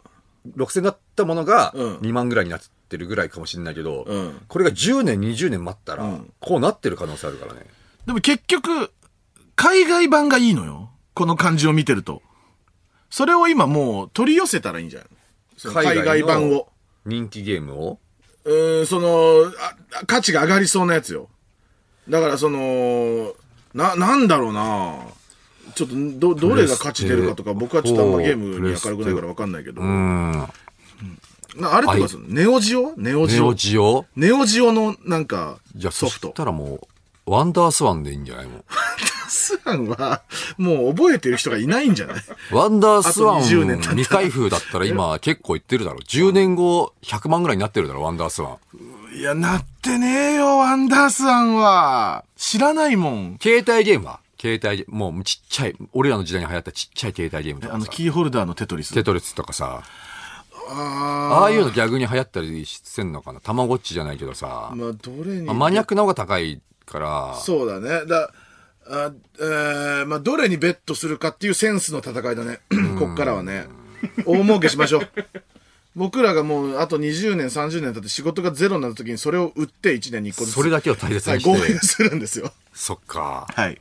S3: 6000だったものが
S1: うん
S3: 2万ぐらいになってるぐらいかもしれないけど、
S1: うん
S3: これが10年、20年待ったら、
S1: うん
S3: こうなってる可能性あるからね。
S1: でも結局、海外版がいいのよ。この感じを見てると。それを今もう取り寄せたらいいんじゃないその海外版
S3: の
S1: を。
S3: 人気ゲームを。
S1: うーん、そのあ、価値が上がりそうなやつよ。だからその、な、なんだろうなちょっと、ど、どれが価値出るかとか、
S3: プレス
S1: 僕
S3: テ
S1: はちょっとあんまゲーム
S3: プレ
S1: に
S3: ステ
S1: 明るくないからわかんないけど。
S3: うん。
S1: なあれとかその、ネオジオネオジ
S3: ネ
S1: オ
S3: オ。ジオ
S1: ネオジオのなんか
S3: じゃ、あ
S1: ソ
S3: そ
S1: フ
S3: し
S1: ト。
S3: たらもう、ワンダースワンでいいんじゃないも
S1: スワンは、もう覚えてる人がいないんじゃない
S3: う。ワンダースワン、
S1: あと20年経ったら
S3: 未開封だったら今結構いってるだろ。10年後、100万ぐらいになってるだろ、ワンダースワン。
S1: いや、なってねえよ、ワンダースワンは。知らないもん。
S3: 携帯ゲームは携帯ゲーム、もうちっちゃい、俺らの時代に流行ったちっちゃい携帯ゲームと
S1: あ
S3: か
S1: の、
S3: さ。
S1: キーホルダーのテトリス。
S3: テトリスとかさ、
S1: あ
S3: ああいうの逆に流行ったりしてんのかなたまごっちじゃないけどさ
S1: あ。、まあ、どれに。
S3: まあマニアックな方が高いから、
S1: そうだね。だ、あえー、まあ、どれにベットするかっていうセンスの戦いだね。こっからはね。大儲けしましょ う。僕らがもう、あと20年、30年経って仕事がゼロになった時にそれを売って1年に1個ずつ。
S3: それだけを大切
S1: はい、
S3: に
S1: 合
S3: して
S1: 併、するんですよ。
S3: そっか。
S1: はい。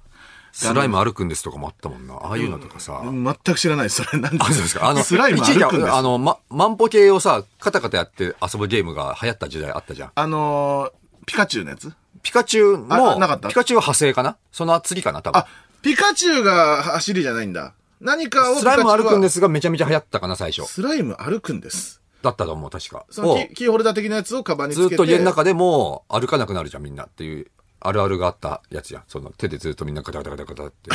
S3: スライム歩くんですとかもあったもんな。ああいうのとかさ。
S1: 全く知らないです、それ。なん
S3: あ、そうですか。あの、
S1: スライム
S3: 一時期
S1: 歩くんです
S3: あの、ま、万歩計をさ、カタカタやって遊ぶゲームが流行った時代あったじゃん。
S1: あのー、ピカチュウのやつ
S3: ピカチュウ
S1: あなかっ
S3: の、
S1: た
S3: ピカチュウは派生かなその次かな多分
S1: あ。、ピカチュウが走りじゃないんだ。何かを。
S3: スライム歩くんですすがめちゃめちゃ流行ったかな、最初。
S1: スライム歩くんです。
S3: だったと思う、確か。
S1: その
S3: を
S1: キキーホルダー的なやつをカバンにつけ
S3: ず
S1: て。
S3: っと家の中でもう歩かなくなるじゃん、みんなっていう。あるあるがあったやつじゃん。その手でずっとみんなガタガタガタガタって。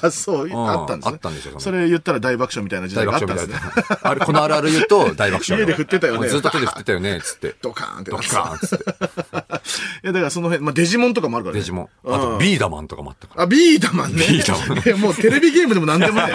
S1: あ、そういう、
S3: うん
S1: あったんですね。
S3: あったんですよその
S1: それ言ったら大爆笑みたいな時代
S3: 大
S1: があった
S3: 爆
S1: ん
S3: 笑
S1: で
S3: みた
S1: す
S3: い
S1: ね。
S3: な。あれ、このあるある言うと大爆笑。
S1: 家で振ってたよね
S3: もうずっと手で振ってたよね、つって。
S1: ドカーンって
S3: ド
S1: なって
S3: ッカーンっつって。
S1: いや、だからその辺、まあ、デジモンとかもあるからね。
S3: デジモン。
S1: うん
S3: あと、ビーダマンとかもあったから。
S1: あ、ビーダマンね。
S3: ビーダマン
S1: いやもうテレビゲームでも何でもね。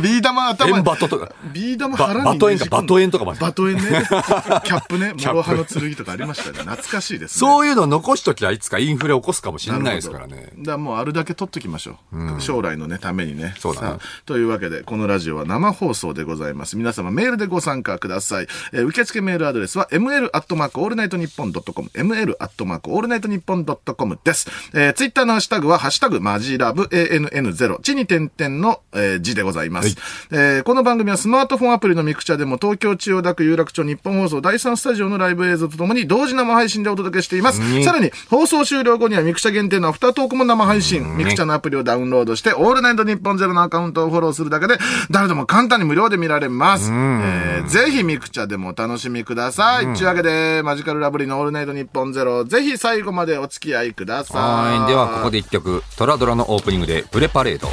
S1: ビーダマン頭
S3: エ
S1: に
S3: ンバトとか。
S1: ビー玉
S3: ば
S1: 腹に
S3: バトエンか
S1: ねじ込んだ
S3: バトエンとかもある
S1: バトエンね。キャップね。
S3: キャッ
S1: 諸
S3: プ
S1: 刃の剣とかありましたね。懐かしいですね。
S3: そういうの残しときゃいつかインフレ起こすかもしれないですから
S1: る
S3: ね
S1: ほ。どだからもうあるだけ取っときましょう。将来のね、ためにね。
S3: そうだね
S1: さあというわけで、このラジオは生放送でございます。皆様メールでご参加ください。えー受付メールアドレスは ml アットマークオールナイトニッポンドットコム、ml アットマークオールナイトニッポンドットコムです。えー、ツイッターのハッシュタグはハッシュタグマジラブ ANN0、地に点々の、えー字でございます。えーこの番組はスマートフォンアプリのミクチャでも東京千代田区有楽町日本放送第3スタジオのライブ映像とともに同時生配信でお届けしています。さらに放送終了後にはミクチャ限定のアフタートークも生配信。ミクチャのアプリをダウンロードして、オールナイト日本ゼロのアカウントをフォローするだけで、誰でも簡単に無料で見られます。えーぜひミクチャでもお楽しみください。というわけで、マジカルラブリーのオールナイト日本ゼロ、ぜひ最後までお付き合いくださ。
S3: はいい。では、ここで一曲。トラドラのオープニングで、プレパレード。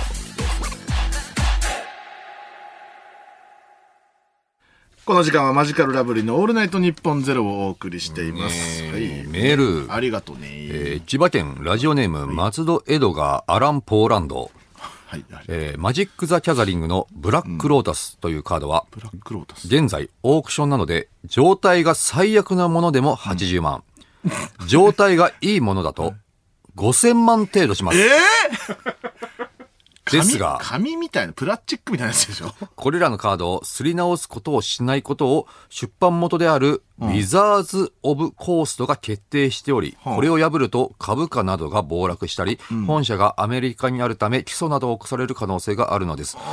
S1: この時間はマジカルラブリーのオールナイト日本ゼロをお送りしています。
S3: え
S1: はい
S3: ーメール。
S1: ありがとうね。
S3: えー千葉県ラジオネーム松戸エドガー・アラン・ポーランド、
S1: はい、あり
S3: えーマジック・ザ・キャザリングのブラック・ロータスというカードは、
S1: ブラックロータス。
S3: 現在オークションなので、状態が最悪なものでも80万。状態がいいものだと、5000万程度します。ですが、
S1: 紙紙みたいな、プラスチックみたいなやつでしょ
S3: これらのカードをすり直すことをしないことを出版元であるウィザーズ・オブ・コーストが決定しており、
S1: はあ
S3: これを破ると株価などが暴落したり、本社がアメリカにあるため起訴などを起こされる可能性があるのです。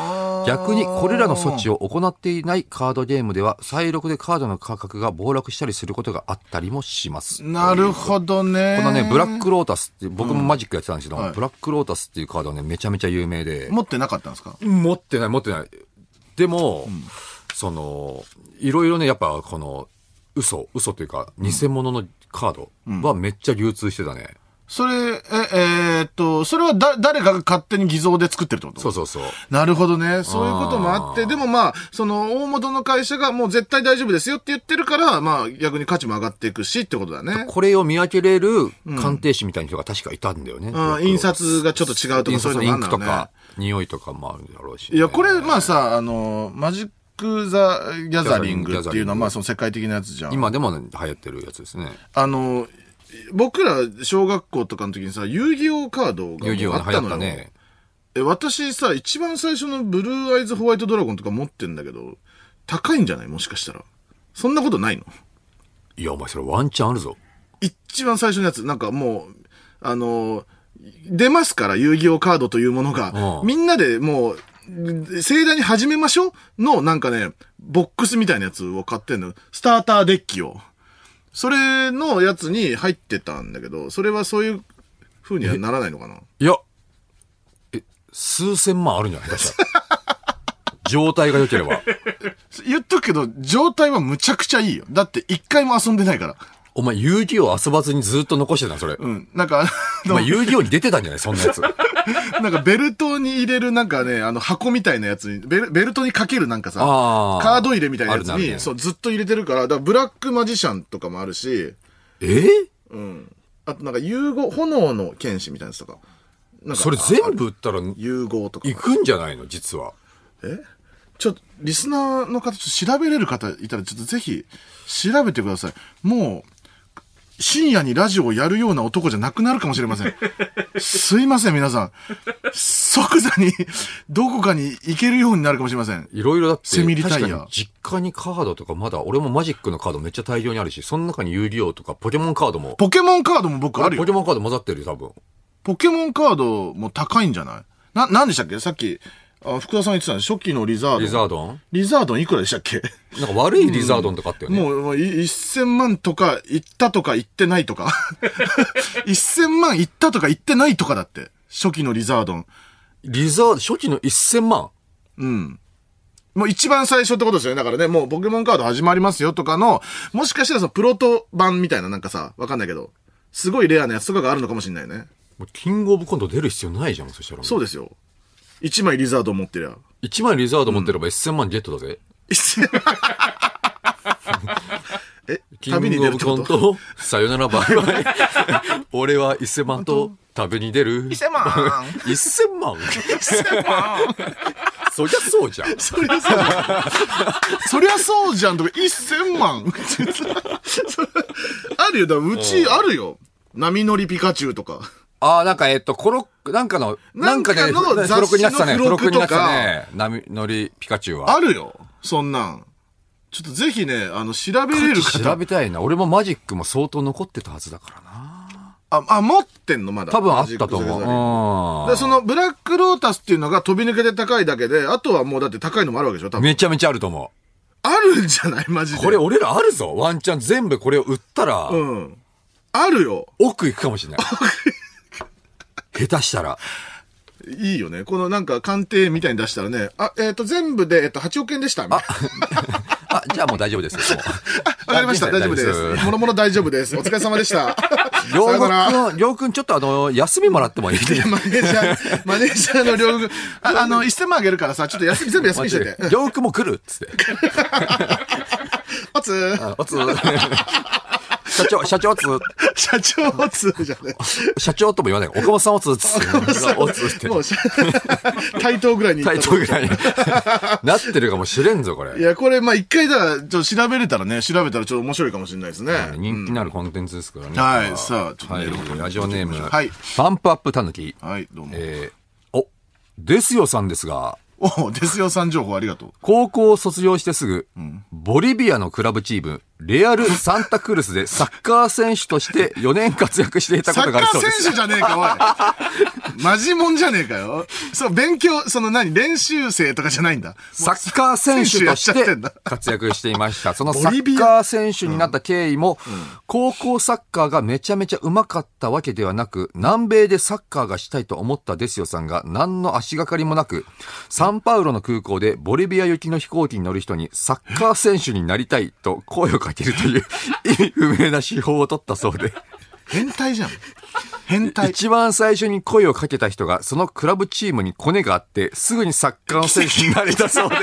S3: 逆にこれらの措置を行っていないカードゲームでは、再録でカードの価格が暴落したりすることがあったりもします。
S1: なるほどね。
S3: このね、ブラックロータスって、僕もマジックやってたんですけど、
S1: はい
S3: ブラックロータスっていうカードはね、めちゃめちゃ有名で。
S1: 持ってなかったんですか
S3: 持ってない、持ってない。でも、その、いろいろね、やっぱこの、嘘、嘘というか、偽物のカードはめっちゃ流通してたね。
S1: それ、え、えーっと、それはだ、誰かが勝手に偽造で作ってるってこと
S3: そうそうそう。
S1: なるほどね。そういうこともあって、でもまあ、その、大元の会社がもう絶対大丈夫ですよって言ってるから、まあ、逆に価値も上がっていくしってことだね。
S3: これを見分けれる鑑定士みたいな人が確かいたんだよね。
S1: うん印刷がちょっと違うとか
S3: 印
S1: そう
S3: 刷
S1: いうのも
S3: のイ
S1: あん
S3: ン
S1: だ
S3: ク
S1: ろう
S3: と
S1: ね
S3: か、匂いとかもあるだろうし、
S1: いや、これ、まあさ、あの、マジック・ザ・ギャザリングっていうのは、まあ、その世界的なやつじゃん。
S3: 今でもね流行ってるやつですね。
S1: あの、僕ら小学校とかの時にさ、遊戯王カードが
S3: 遊戯王
S1: もうあ
S3: の
S1: っ
S3: 流
S1: たの
S3: 行
S1: よ。
S3: ったね。
S1: え私さ、一番最初のブルーアイズ・ホワイト・ドラゴンとか持ってんだけど、高いんじゃないもしかしたら。そんなことないの
S3: いや、お前それワンチャンあるぞ。
S1: 一番最初のやつ、なんかもう、あの、出ますから、遊戯王カードというものが。
S3: うん
S1: みんなでもう、盛大に始めましょうの、なんかね、ボックスみたいなやつを買ってんの。スターターデッキを。それのやつに入ってたんだけど、それはそういう風にはならないのかない
S3: や、え、数千万あるんじゃない確か。状態が良ければ。
S1: 言っとくけど、状態はむちゃくちゃいいよ。だって一回も遊んでないから。
S3: お前、遊戯王遊ばずにずっと残してたな、それ。
S1: うん。なんか、
S3: お前、遊戯王に出てたんじゃないそんなやつ。
S1: なんかベルトに入れるなんかね、あの箱みたいなやつに、ベルベルトにかけるなんかさ、
S3: あー
S1: カード入れみたいなやつ
S3: あるなある
S1: に、
S3: ね
S1: そう、ずっと入れてるから、だからブラックマジシャンとかもあるし、
S3: え
S1: あとなんか融合、炎の剣士みたいなやつとか。なんか
S3: それ
S1: あ
S3: 全部売ったら、
S1: 融合とか。
S3: 行くんじゃないの実は。
S1: えちょっと、リスナーの方、ちょっと調べれる方いたら、ちょっとぜひ、調べてください。もう、深夜にラジオをやるような男じゃなくなるかもしれません。すいません、皆さん。即座に、どこかに行けるようになるかもしれません。
S3: いろいろだって、
S1: セミリタイヤ
S3: 確かに実家にカードとかまだ、俺もマジックのカードめっちゃ大量にあるし、その中に遊戯王とかポケモンカードも。
S1: ポケモンカードも僕ある
S3: ポ
S1: よ。
S3: ケモンカード混ざってるよ、多分。
S1: ポケモンカードも高いんじゃないな、なんでしたっけさっき、あ福田さん言ってたの初期のリザードン。
S3: リザードン
S1: リザードンいくらでしたっけ
S3: なんか悪いリザードンとかあったよね。
S1: もう、もうい1000万とか、行ったとか行ってないとか。1000万行ったとか行ってないとかだって。初期のリザードン。
S3: リザード、初期の1000万。
S1: もう一番最初ってことですよね。だからね、もうポケモンカード始まりますよとかの、もしかしたらそのプロト版みたいななんかさ、わかんないけど、すごいレアなやつとかがあるのかもしれないね。
S3: もうキングオブコント出る必要ないじゃん、そしたら。
S1: そうですよ。1枚リザード持ってりゃ。
S3: 1枚リザード持ってれば1000万ゲットだぜ。
S1: え、
S3: キン
S1: 旅に
S3: グ
S1: 出
S3: オ
S1: るっ
S3: ブ
S1: て
S3: コ
S1: こ
S3: ン
S1: と
S3: ト、さよならバイ バイ。俺は1000万と旅に出る。
S1: 1000万
S3: 1000万 ?1000 万そりゃそうじゃん。
S1: そりゃさ、そりゃそうじゃんとか、1000万あるよ、だからうちあるよ。波乗りピカチュウとか。
S3: ああ、なんかえっと、コロック、なんかの、
S1: なんかの
S3: なんね
S1: 雑誌の
S3: 付録になってたね。
S1: 付録
S3: 付録にな
S1: とか
S3: ってたね。波乗りピカチュウは。
S1: あるよ、そんなん。ちょっとぜひね、あの、調べれる方。
S3: 調べたいな。俺もマジックも相当残ってたはずだからな。
S1: あ、あ、持ってんの、まだ。
S3: 多分あったと
S1: マジックザギャザリング
S3: 思う
S1: で、そのブラックロータスっていうのが飛び抜けて高いだけで、あとはもうだって高いのもあるわけでしょ多
S3: うん。
S1: 分。
S3: めちゃめちゃあると思
S1: あるんじゃないマジ
S3: う。
S1: で。
S3: これ俺らあるぞ。ワンチャン全部これを売ったら、
S1: うん。あるよ。
S3: 奥行くかもしれない。下手したら。
S1: いいよね。このなんか鑑定みたいに出したらね、あ、えっ、と、全部で、えっ、と、8億円でした。みたいな
S3: あ、じゃあもう大丈夫です よ。もう
S1: わかりました。大丈夫です。もろもろ大丈夫です。お疲れ様で した。さ
S3: りょ
S1: よ
S3: う
S1: な
S3: く
S1: ら。
S3: ん、りょうくんちょっとあの、休みもらってもいい
S1: いやマネージャー、マネージャーの両軍、ああの、1000万あげるからさ、ちょっと休み、全部休み
S3: マ
S1: し
S3: ジ
S1: て
S3: で
S1: て。
S3: りょうく んも来るっつって。
S1: おつ
S3: あおつ社長、社長おつ
S1: 社長おつじゃね。
S3: 社長とも言わない。岡本さんおつっつって。おつって。
S1: もう、社対等ぐらいに言
S3: タイ
S1: った
S3: トルぐ らいになってるかもしれんぞ、こ
S1: い
S3: れ。
S1: や、これ、まあ、一回だから、ちょっと調べれたらね、調べたらちょっと面白いかもしれないですね。
S3: 人気のあるコンテンツですからね。
S1: はい、さあ、ちょっと
S3: は
S1: ね、
S3: い、ラジオネーム、
S1: はい
S3: パンプアップたぬき。
S1: はい、どうも。
S3: えー、お、ですよさんですが、
S1: おうですよさん情報ありがとう。
S3: 高校を卒業してすぐ、ボリビアのクラブチーム、レアル・サンタクルスでサッカー選手として4年活躍していた
S1: サッ
S3: ことが
S1: カ
S3: ある
S1: ー
S3: そうです。
S1: 選手じゃねえか、おい。マジもんじゃねえかよ。そう、勉強、その何、練習生とかじゃないんだ。
S3: サッカー選
S1: 選
S3: 手とし
S1: 手やっちゃって
S3: て
S1: んだ
S3: 活躍していました。その
S1: ボ
S3: サ
S1: リビア
S3: ッカー選手になった経緯も、高校サッカーがめちゃめちゃうまかったわけではなく、南米でサッカーがしたいと思ったデスヨさんが何の足がかりもなく、サンパウロの空港でボリビア行きの飛行機に乗る人にサッカー選手になりたいと声をかけるという意味不明な手法を取ったそうで。
S1: 変態じゃん。変態。
S3: 一番最初に声をかけた人が、そのクラブチームにコネがあって、すぐにサッカーの選手になれたそうで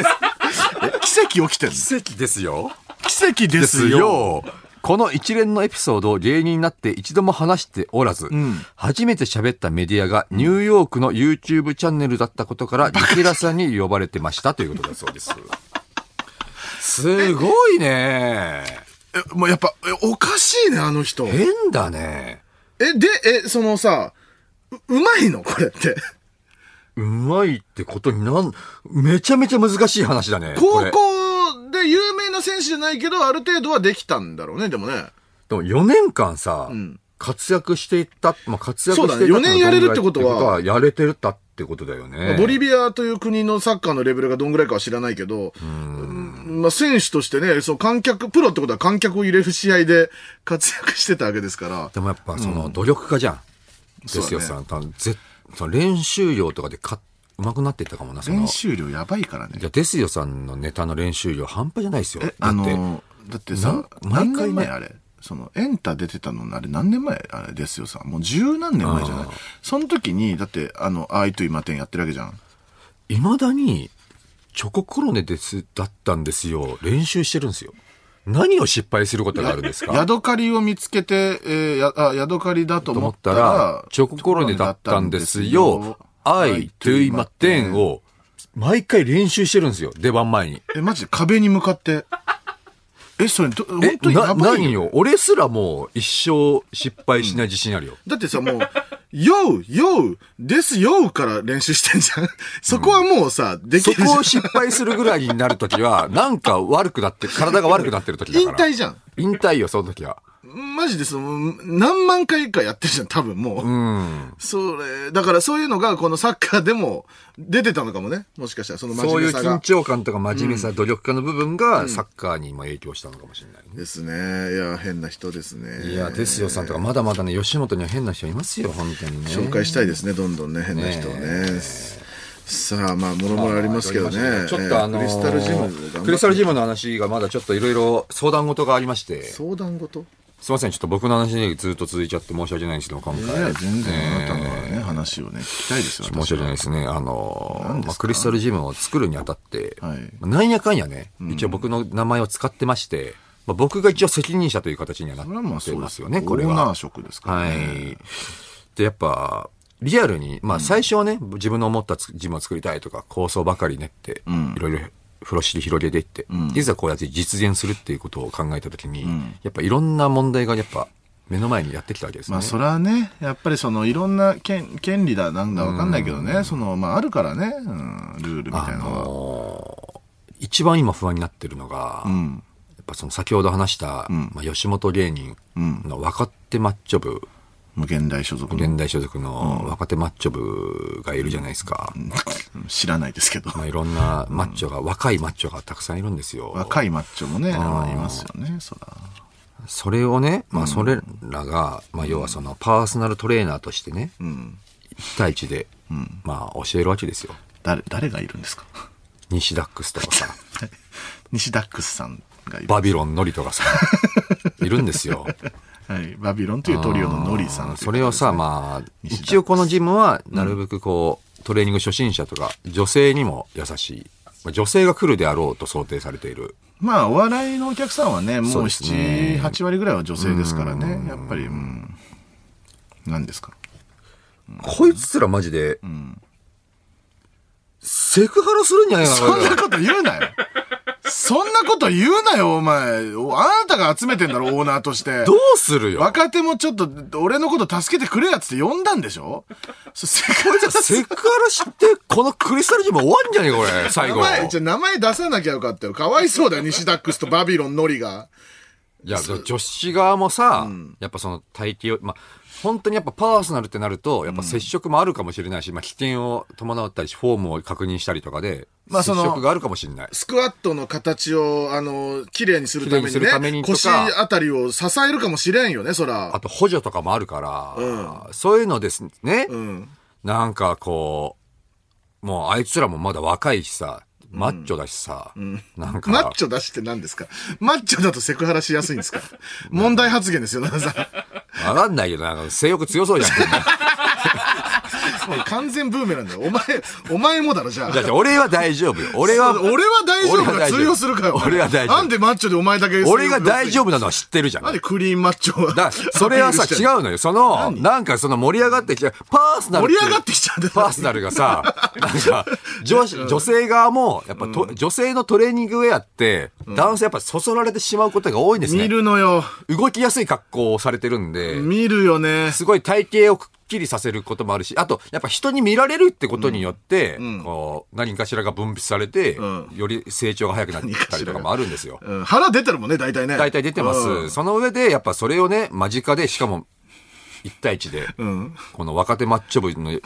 S3: す。
S1: 奇跡起きてんの
S3: 奇跡ですよ。
S1: 奇跡で
S3: です。よ。この一連のエピソードを芸人になって一度も話しておらず、初めて喋ったメディアがニューヨークの YouTube チャンネルだったことから、リキラさんに呼ばれてましたということだそうです。すごいね。
S1: えもうやっぱ、えおかしいね、あの人。え、
S3: 変だね。
S1: で、え、そのさ、ううまいのこれって。
S3: うまいってことになん、めちゃめちゃ難しい話だね。こ
S1: 高
S3: れ
S1: 校で有名な選手じゃないけど、ある程度はできたんだろうね、でもね。
S3: でも4年間さ、
S1: ん
S3: 活躍していった、まあ、活躍
S1: そう
S3: してい
S1: だね
S3: たのが
S1: 四年やれるってことは
S3: どんぐらいってことやれてるったってことだよね。
S1: ボリビアという国のサッカーのレベルがどんぐらいかは知らないけど、うんまあ、選手としてね、そう観客、プロってことは観客を入れる試合で活躍してたわけですから、
S3: でもやっぱその努力家じゃん。
S1: そうだ
S3: で
S1: ね
S3: すよさん、多分ぜその練習量とかでかうまくなっていったかもな、その。い
S1: 習量やばいからね。
S3: や、ですよさんのネタの練習量半端じゃないですよ。だって、
S1: だって
S3: さ何年前あ
S1: れそのエンタ出てたのあれ何年前あれですよさもう十何年前じゃないその時にだってあの「愛と今天」やってるわけじゃん
S3: いまだに、チョココロネです、だったんですよ。練習してるんですよ。何を失敗することがあるんで すか
S1: ヤドカリを見つけて、えー、やあヤドカリだと思
S3: と思
S1: っ
S3: ったた
S1: ら
S3: ら、、チョココロネだったんですよ。I to my ten を、毎回練習してるんですよ。出番前に。
S1: え、マジで壁に向かって。え、それど、
S3: え
S1: 本当、にや
S3: な、
S1: ばい
S3: 何
S1: よ。
S3: よ俺すらもう一生失敗しない自信あるよ。
S1: だってさ、もう、よう、よう、ですよから練習してんじゃん。そこはもうさ、でき
S3: そ
S1: るじゃ
S3: こ
S1: ん
S3: を。失敗するぐらいになるとき は、なんか悪くなって、体が悪くなってるときだ
S1: 引
S3: から。
S1: 退じゃん。
S3: 引退よ、その時は。
S1: マジでその、何万回かやってるじゃん、多分もう。
S3: うん。
S1: それ、だからそういうのが、このサッカーでも出てたのかもね。もしかしたら、その真
S3: そう
S1: 面
S3: い
S1: 目
S3: う
S1: さ
S3: 緊
S1: が。
S3: 張感とか真面目さ、努力家の部分が、サッカーにも影響したのかもしれないね。
S1: ですね。いや、変な人ですね。
S3: いや、ですよさんとか、まだまだね、吉本には変な人いますよ、本当にね。
S1: 紹介したいですね、どんどんね、変な人をね。さあ、まあ、もろもろありますけどね。
S3: ちょっとあのー
S1: えークリスタルジム頑張って、
S3: クリスタルジムの話がまだちょっといろいろ相談事がありまして、
S1: 相談事
S3: すいません、ちょっと僕の話にずっと続いちゃって申し訳ないんですけど、今回。
S1: いや、全然あなたのね、話をね、聞きたいですよ、
S3: 申し訳ないですね。あのー、
S1: 何ですか
S3: まあ、クリスタルジムを作るにあたって、
S1: はい
S3: まあなんやかんやね、一応僕の名前を使ってまして、まあ、僕が一応責任者という形にはなっ
S1: それはまあ
S3: て
S1: そう
S3: ま
S1: ですす
S3: よ
S1: よ
S3: ね、
S1: ね。
S3: これ
S1: オーナ
S3: は
S1: ー。職ですから
S3: は
S1: ね。
S3: い。で、やっぱ、リアルに、まあ最初はね、自分の思ったつジムを作りたいとか、構想ばかりねって、
S1: ん
S3: いろいろ風呂敷広げていって、いざこうやって実現するっていうことを考えたときに、やっぱいろんな問題がやっぱ目の前にやってきたわけですね。
S1: まあ、それはね、やっぱりその、いろんな権権利だ、なんだわかんないけどね、その、まあ、あるからね、うん、ルールみたいなのは。
S3: 一番今不安になってるのが、
S1: うん。
S3: やっぱその先ほど話した、まあ、吉本芸人の若手マッチョ部、
S1: 無限大所属の。
S3: 現代所属の若手マッチョ部がいるじゃないですか。
S1: 知らないですけ ど。
S3: まあ、いろんなマッチョが、若いマッチョがたくさんいるんですよ。
S1: 若いマッチョもね、いますよね、そら。
S3: それをね、まあ、それらが、まあ、要はそのパーソナルトレーナーとしてね、
S1: うん。
S3: 一対一で、まあ、教えるわけですよ。
S1: 誰、誰がいるんですか
S3: 西ダックスとか さ、
S1: 西ダックスさんがいる。
S3: バビロンのりとかさ、いるんですよ。
S1: はい。バビロンというトリオのノリさん、
S3: それをさ、まあ、
S1: 西田
S3: 一応このジムは、なるべくこう、トレーニング初心者とか、女性にも優しい。まあ女性が来るであろうと想定されている。
S1: まあ、お笑いのお客さんはね、
S3: そ
S1: も
S3: う
S1: う
S3: ですね
S1: 7、8割ぐらいは女性ですからね。やっぱり、うん。何ですか
S3: こいつらマジで、セクハラするんじゃないか
S1: そん
S3: な
S1: なこと言うなよ。そんなこと言うなよ、お前。おあなたが集めてんだろ、オーナーとして。
S3: どうするよ
S1: 若手もちょっと、俺のこと助けてくれやつって呼んだんでしょそ世界
S3: セクハラして、このクリスタルジム終わんじゃねえか、これ、最
S1: 名
S3: 後。
S1: 前、じゃあ名前出さなきゃよかったよ。かわいそうだよ、西ダックスとバビロンのりが。
S3: いや、女子側もさ、やっぱその体型を、まあ、本当にやっぱパーソナルってなると、やっぱ接触もあるかもしれないし、まあ、危険を伴ったりし、フォームを確認したりとかで、
S1: まあ
S3: 接
S1: その
S3: 触があるかもしれない。
S1: スクワットの形を、あの、綺麗にするため
S3: 綺麗にす
S1: に
S3: る
S1: ね、
S3: ためにと
S1: 腰
S3: か
S1: あたりを支えるかもしれんよね、そら。
S3: あと補助とかもあるから、そういうのですね、
S1: うん。
S3: なんかこう、もうあいつらもまだ若いしさ、マッチョだしさ、なんか、
S1: マッチョ出しって何ですかマッチョだとセクハラしやすいんです か問題発言ですよ、奈々
S3: わかんないけど、なんか性欲強 そうじゃん。
S1: さん。もう完全ブーメランだよ。お前、お前もだろ、じゃあ
S3: だっ。て俺は大丈夫よ。
S1: 俺
S3: 俺は、
S1: は大丈夫
S3: 俺は
S1: か
S3: 大丈夫
S1: 通用するかよ。
S3: 俺は大丈夫
S1: なんでマッチョでお前だけ
S3: 俺が大丈
S1: 夫
S3: 夫なのは知ってるじゃん。
S1: なんでクリーンマッチョは。
S3: だそ れはさ、違
S1: う。
S3: うのよ。その、
S1: 何
S3: なんかその盛り上がってきて、パーソナル
S1: 盛り
S3: て
S1: 上がってきちゃうんだよ
S3: パーソナルがさ、なんか、女子、女性側も、やっぱと、女性のトレーニングウェアって、男性やっぱそそられてしまうことが多いんです
S1: 見
S3: ね。
S1: るのよ。
S3: 動きやすい格好をされてるんで、
S1: 見るよね。
S3: すごい体型をくっきりさせることもあるし、あと、やっぱ人に見られるってことによって、こう、何かしらが分泌されて、
S1: う
S3: より成長が早くなったりとかもあるんですよ。
S1: うん腹出てるもんね、大体ね。
S3: 大体出てま
S1: うん
S3: す。その上で、やっぱそれをね、間近で、しかも、一対一で、
S1: ん
S3: この若手マッチョ部の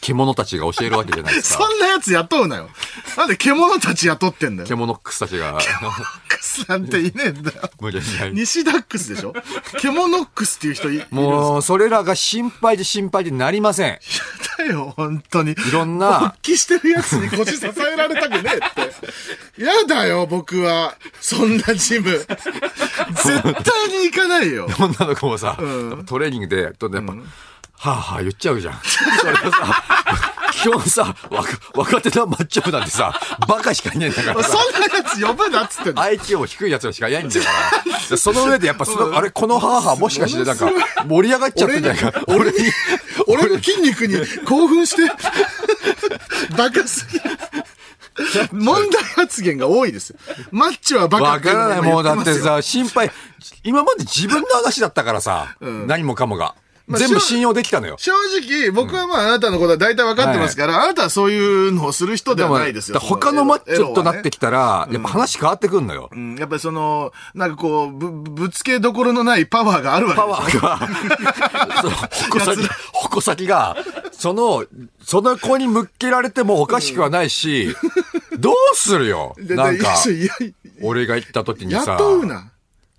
S3: 獣たちが教えるわけじゃないで す
S1: そ
S3: か。
S1: んなやつ雇うなよ。なんで獣たち雇ってんだよ。
S3: 獣ックスた ちが、
S1: ダックスなんていねえんだよ。
S3: 無理に。
S1: 西ダックスでしょケモノックスっていう人いいるんです
S3: もう、それらが心配で心配でなりません。
S1: だよ、本当に。い
S3: ろんな
S1: 勃起してるやつに腰支えられたくねえって。やだよ、僕は。そんなジム。 絶対に行かないよ。
S3: 女の子もさ、やっぱトレーニングで、どんどんやっぱ、はぁはぁ言っちゃうじゃん。それをさ、 基本さ、若若手のマッチョ部なんてさ、バカしかいねえんだか
S1: そん
S3: らさ。
S1: なやつ呼ぶなっつってんの。
S3: IQ も低いやつらしかいないん だから。その上でやっぱその、あれ、このハーハーもしかしてなんか
S1: ものす、
S3: 盛り上がっちゃってんじゃないか。俺に、
S1: 俺の筋肉に興奮して、 バカすぎる。問題発言が多いです。マッチはバカ
S3: わ
S1: って
S3: か
S1: いうの
S3: らない。もうだって
S1: 言ますよ、
S3: さ、心配、今まで自分の話だったからさ、何もかもが。
S1: まあ
S3: 全部信用できたのよ。
S1: 正直、僕はまあ、あなたのことは大体分かってますから、あなたはそういうのをする人ではないですよ。
S3: だから他のマッチョとなって
S1: き
S3: きたら、やっぱ話変わってくんのよ。
S1: うん、やっぱりその、なんかこう、ぶ、ぶつけどころのないパワーがあるわけ
S3: パワーが、その矛先、矛先が、その、その子に向けられてもおかしくはな いし、どうするよ
S1: でしょ
S3: なんか、
S1: いやい
S3: 俺が行った時に
S1: や
S3: さ、
S1: 雇うな。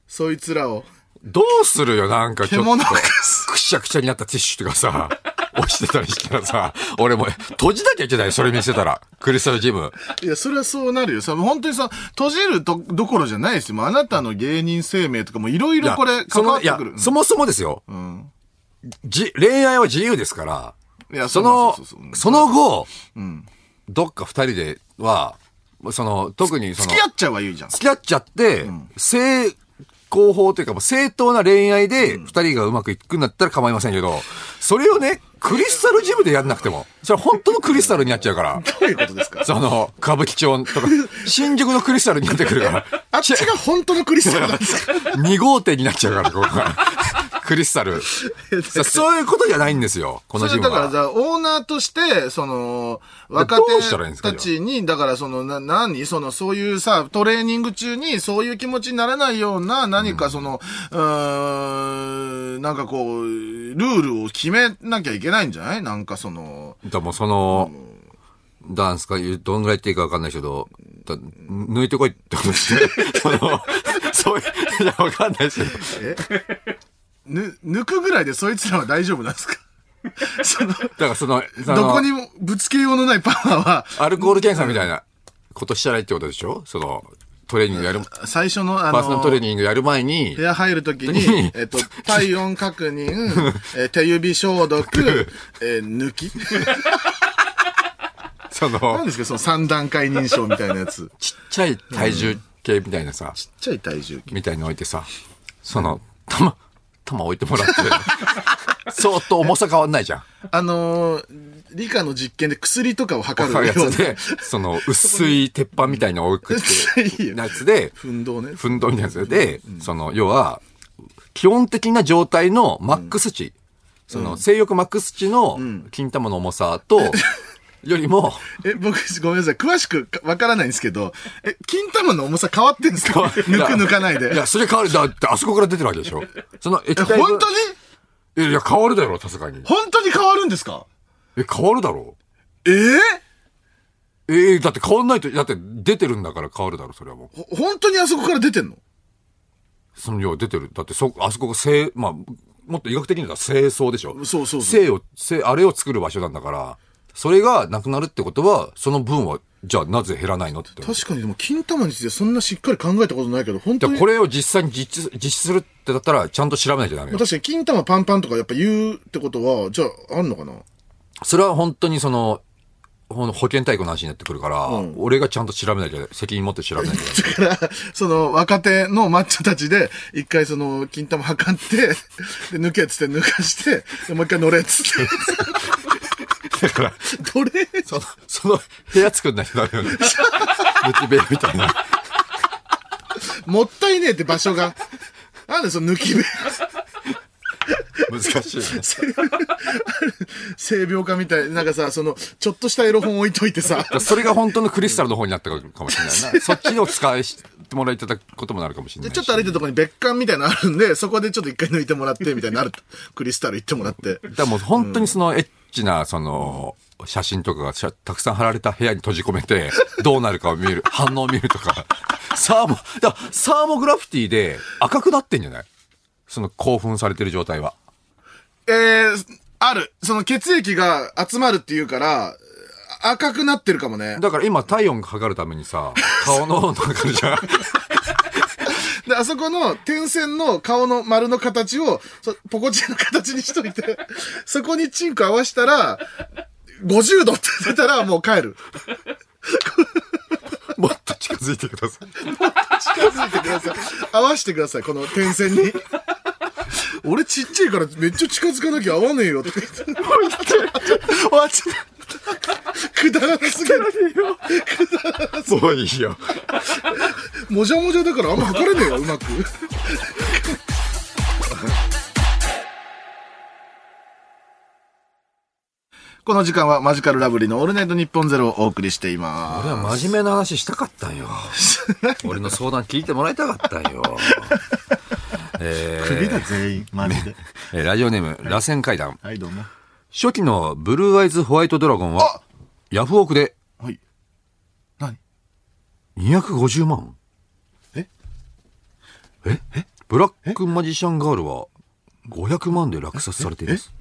S1: そいつらを。
S3: どうするよなんかちょっ
S1: 獣
S3: と
S1: が、
S3: くしゃくしゃになったティッシュとかさ、 落ちてたりしたらさ、俺もう閉じなきゃいけない、それ見せたら。クリスタルジム。
S1: いや、それはそうなるよ。さ、もう本当にさ、閉じるとどころじゃないですよ。もうあなたの芸人生命とかもいろい
S3: い
S1: ろ
S3: や
S1: これ関わってく
S3: その
S1: る。
S3: い
S1: うん
S3: や、そもそもですよ。じ、恋愛は自由ですから、
S1: いや
S3: その
S1: ううううう、ん
S3: その後、どっか二人では、その、特にその、
S1: 付き合っちゃうは言うじゃん。
S3: 付き合っちゃって、正攻法というか、正当な恋愛で二人がうまくいくんだったら構いませんけど、それをね、クリスタルジムでやんなくても、それは本当のクリスタルになっちゃう から、
S1: どういうことですか
S3: その、歌舞伎町とか、新宿のクリスタルになってくるから、
S1: あっちが本当のクリスタルなん ですか
S3: 2号店になっちゃうから、ここが。クリ スタル。さそういうことじゃないんですよ、この
S1: それ
S3: ジ
S1: だ
S3: ム
S1: から
S3: は。
S1: さ、オーナーとして、その、若
S3: どうしたらいいんで
S1: 手
S3: すか
S1: たちに、だからその、な、何その、そういうさ、トレーニング中に、そういう気持ちにならないような、何かその、うーん、なんかこう、ルールを決めなきゃいけないんじゃないなんかその、
S3: でもその、ダンスか、どんぐらい言っていいかわかんないけど、だ抜いてこいってことですね。 その、そういう、いや、わかんないですけど。
S1: ぬ、抜くぐらいでそいつらは大丈夫なんですか その、
S3: だからその、その
S1: どこにもぶつけようのないパワーは、
S3: アルコール検査みたいなことしたらいいってことでしょその、トレーニングやる、
S1: 最初の、あ
S3: パーソナル
S1: の
S3: ト、レーニングやる前に
S1: 部、屋入るとき
S3: に
S1: に、えっと、体温確認、えー手指消 毒、えー抜 き。
S3: そ
S1: 何
S3: の、
S1: ですか、その三段階認証みたいなやつ。ち
S3: ちっちゃい体重計みたいな
S1: っ
S3: さ、
S1: ちゃい体重計。
S3: みたいの置いてさ、その、玉、玉置いてもら って、相当重さ変わんないじゃん。
S1: あのー、理科の実験で薬とかを測
S3: そうい
S1: る
S3: う
S1: よ
S3: や
S1: う
S3: つ
S1: な。
S3: で、その、薄い鉄板みたいのを置くって
S1: 薄い
S3: いう
S1: よ
S3: やつで、
S1: 運動ね。
S3: 奮闘みたいなやつで、その、要は、基本的な状態のマックス値、その、性欲マックス値の金玉の重さ と、よりも、
S1: え、僕、ごめんなさい。詳しくかわからないんですけど、え、金玉の重さ変わってんですか
S3: い
S1: 抜
S3: や
S1: く抜かないで。
S3: いや、それ変わる。だって、あそこから出てるわけでしょ。その液
S1: え、
S3: 体が
S1: 本当に
S3: いやいや、変わるだろ、さすがに。
S1: 本当に変わるんですか
S3: え、変わるだろ。
S1: えー
S3: ええだって変わんないと、だって出てるんだから変わるだろ、それはもう。
S1: ほ本当にあそこから出てんの
S3: その量出てる。だって、そ、あそこが性、まあ、もっと医学的に言うと清掃でしょ。
S1: そうそうそう
S3: 性を、性、あれを作る場所なんだから、それがなくなるってことは、その分は、じゃあなぜ減らないのって。じ
S1: 確かにでも金玉についてそんなしっかり考えたことないけど、本当
S3: ゃあ
S1: に。
S3: これを実際に実、実施するってだったら、ちゃんと調べなきゃダメよ。
S1: 確かに金玉パンパンとかやっぱ言うってことは、じゃああんのかな
S3: それは本当にその、ほん保険体育の話になってくるから、俺がちゃんと調べなきゃ、責任持って調べなきゃ。
S1: だから、その若手のマッチョたちで、一回その金玉測って、で抜けっつって抜かして、でもう一回乗れっつって。
S3: だ から、
S1: どれ
S3: その、その部屋作んないとダメ よね。ムチ部屋みたいな。
S1: もったいねえって場所が。なんでその抜 き目、
S3: 難しいよね。
S1: 性病家みたい。なんかさ、その、ちょっとしたエロ本置いといてさ。
S3: それが本当のクリスタルの方になったかもしれ ないな。そっちを使いしてもらいただくこともなるかもしれ
S1: で
S3: ないし。
S1: ちょっと歩いてるとこに別館みたいなのあるんで、 そこでちょっと一回抜いてもらって、みたいになると。クリスタル行ってもらって。
S3: だからもう本当にそのエッチな、その、写真とかがしゃたくさん貼られた部屋に閉じ込めて、どうなるかを見る、 反応を見るとか。サーモ、だからサーモグラフィティで赤くなってんじゃないその興奮されてる状態は。
S1: えー、ある。その血液が集まるっていうから、赤くなってるかもね。
S3: だから今体温測るためにさ、顔の温度測るじゃん。
S1: で、あそこの点線の顔の丸の形を、そポコチンの形にしといて、 そこにチンコ合わしたら、50度って出たらもう帰る。
S3: もっと近づいてください。
S1: 近づいてください。合わしてください、この点線に。俺ちっちゃいからめっちゃ近づかなきゃ合わねえよとか言って。
S3: 終わっちゃっ
S1: くだらなすぎる。
S3: た。もういいよ。
S1: もじゃもじゃだからあんま測れねえよ、うまく。 この時間はマジカルラブリーのオールナイトニッポンゼロをお送りしています。
S3: 俺は真面目な話したかったんよ。俺の相談聞いてもらいたかったんよ。えー
S4: 首が全員マジ で
S3: えーラジオネーム、螺旋階段。
S4: はいどうも
S3: 初期のブルーアイズホワイトドラゴンは、ヤフオクで
S1: はい。何
S3: 250万
S4: え
S3: ええブラックマジシャンガールは500万で落札されています。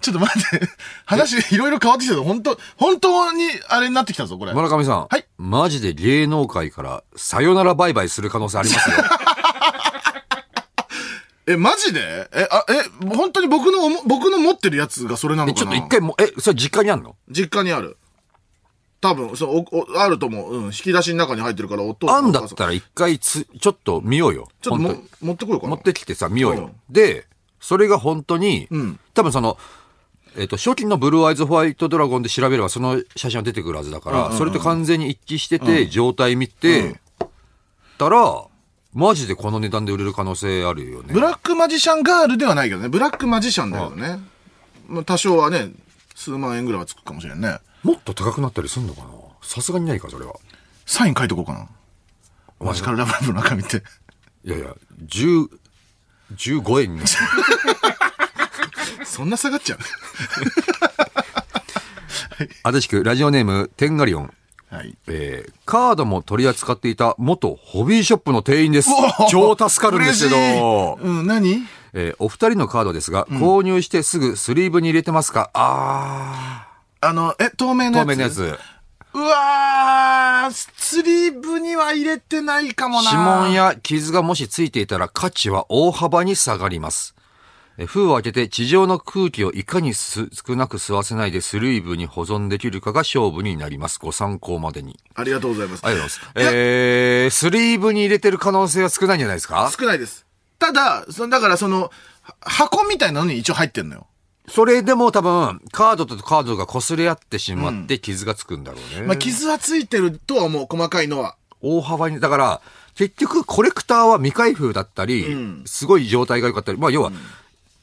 S1: ちょっと待って。話いろいろ変わってきたぞ。本当本当にあれになってきたぞ、これ。
S3: 村上さん。
S1: はい
S3: マジで芸能界からさよならバイバイする可能性ありますよ。
S1: え、マジでえ、あ、え、本当に僕の思、僕の持ってるやつがそれなの
S3: え
S1: か
S3: ちょ
S1: な
S3: っと一回も、え、それ実家にあんの
S1: 実家にある。多分、そう、お、お、あると思う。うん。引き出しの中に入ってるから、お父さん。
S3: あんだっ
S1: お母
S3: たら一回つ、ちょっと見ようよ。
S1: さんちょっと
S3: 本
S1: も
S3: 当に、
S1: 持ってこようかな。
S3: 持ってきてさ、見よう
S1: う
S3: よ
S1: ん。
S3: で、それが本当に、
S1: ん
S3: 多分その、えっ、と、初期のブルーアイズホワイトドラゴンで調べればその写真は出てくるはずだから、それと完全に一致してて、状態見て、たら、マジでこの値段で売れる可能性あるよね
S1: ブ。ラックマジシャンガールではないけどね。ブラックマジシャンだけどね。まあ、多少はね、数万円ぐらいはつくかもしれんね。
S3: もっと高くなったりすんのかなさすがにないか、それは。
S1: サイン書いとこうかな。マジカルラブラブの中見 て。
S3: いやいや、10、15円にな る。
S1: そんな下がっちゃう
S3: 足立区、ラジオネーム、テンガリオン。
S1: はい。
S3: えーカードも取り扱っていた元ホビーショップの店員です
S1: お。
S3: 超助かるんですけど
S1: 嬉し、いうん、何
S3: えーお二人のカードですが、購入してすぐスリーブに入れてますかあ
S1: あの、え、透明
S3: ー、
S1: のや
S3: 透
S1: つ
S3: 明のやつ。
S1: うわー、スリーブには入れてないかもな。
S3: 指紋。や傷がもしついていたら価値は大幅に下がります。えー封を開けて地上の空気をいかにす少なく吸わせないでスリーブに保存できるかが勝負になります。ご参考までに。
S1: ありがとうございます。
S3: ありがとうございます。えー、スリーブに入れてる可能性は少ないんじゃないですか
S1: 少ないです。ただ、そだからその、は箱みたいなのに一応入ってんのよ。
S3: それでも多分、カードとカードが擦れ合ってしまって傷がつくんだろうね。
S1: まあ、傷はついてるとは思う、細かいのは。
S3: 大幅に、だから、結局コレクターは未開封だったり、すごい状態が良かったり、まあ要は、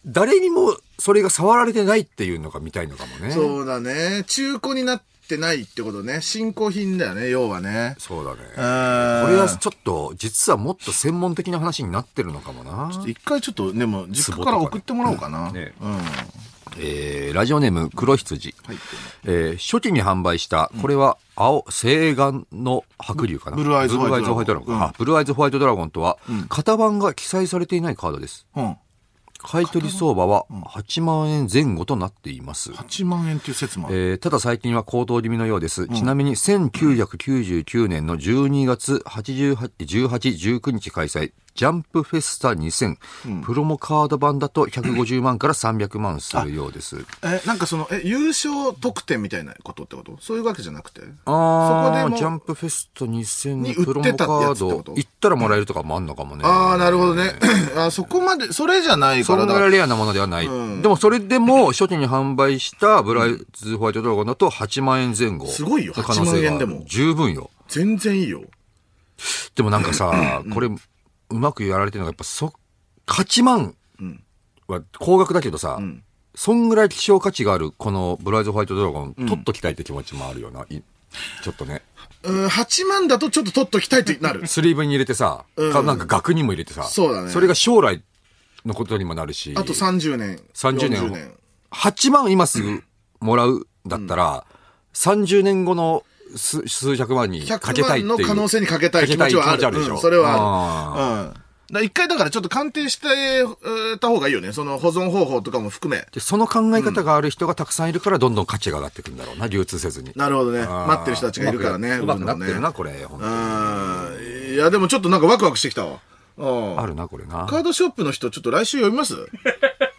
S3: 誰にもそれが触られてないっていうのが見たいのかもね。
S1: そうだね。中古になってないってことね。新古品だよね、要はね。
S3: そうだね。
S1: う
S3: こ
S1: ーん
S3: れはちょっと、実はもっと専門的な話になってるのかもな。
S1: 一回ちょっと、でも、実家から送ってもらおうかな。
S3: ね
S1: うん。
S3: えーラジオネーム黒羊、えー初期に販売したこれは青西岸の白竜かな
S1: ブブルーアイズ
S3: ブルーアイズ
S1: ホ
S3: ホ
S1: ワ
S3: ワ
S1: イ
S3: イ
S1: ト
S3: ト
S1: ド
S3: ド
S1: ラゴ
S3: ラゴ
S1: ン
S3: ンあブルーアイズホワイトドラゴンとは、
S1: ん
S3: 型番が記載されていないカードです
S1: うん。
S3: 買い取り相場は8万円前後となっています、
S1: 8万円っていう説もある。
S3: えーただ最近は高騰気味のようです。ちなみに1999年の12月88 18、19日開催、ジャンプフェスタ2000、プロモカード版だと150万から300万するようです。
S1: え、なんかその、え、優勝得点みたいなことってことそういうわけじゃなくて。
S3: あ
S1: そこで
S3: あ
S1: も
S3: ジャンプフェスト2000
S1: に
S3: に
S1: 売
S3: プ
S1: っ
S3: ロ
S1: て
S3: モ
S1: た
S3: カ
S1: や
S3: ー
S1: つってこと
S3: ド行ったらもらえるとかもあんのかもね。
S1: ああ、なるほどね。あそこまで、それじゃないか
S3: そ
S1: ら
S3: ん
S1: だ
S3: なレアなものではない。でもそれでも初期に販売したブライズホワイトドラゴンだと8万円前後。
S1: すごいよ
S3: の可能性
S1: 8
S3: が
S1: 万円でも
S3: 十分よ。
S1: 全然いいよ。
S3: でもなんかさ、これ、うまくやられてるのが、やっぱそ、8万は高額だけどさ、そんぐらい希少価値がある、このブライズホワイトドラゴン、取っときたいって気持ちもあるよな。いちょっとね。。
S1: うん、8万だとちょっと取っときたいってなる
S3: スリーブに入れてさ、かなんか額にも入れてさ、
S1: そうだね
S3: れが将来のことにもなるし、
S1: あと30年。
S3: 30
S1: 40
S3: 年8万今すぐもらうだったら、30年後の数数百万にかけ
S1: 100
S3: たいってい
S1: 万
S3: う。
S1: の可能性にかけたい気持ちはあ
S3: かけたい気
S1: る。
S3: 持ちあるでしょ
S1: うんそれは
S3: あ
S1: ある。うん。だから一回だからちょっと鑑定してえーた方がいいよね。その保存方法とかも含め。
S3: で、その考え方がある人がたくさんいるから、どんどん価値が上がっていくんだろうな、流通せずに。
S1: なるほどね。
S3: あー
S1: 待ってる人たちがいるからね。
S3: うまくうまくなってるな、
S1: 売
S3: これ。本
S1: る
S3: 当に
S1: のねうん。いや、でもちょっとなんかワクワクしてきたわ。うん
S3: あるな、これな。
S1: カードショップの人、ちょっと来週呼びます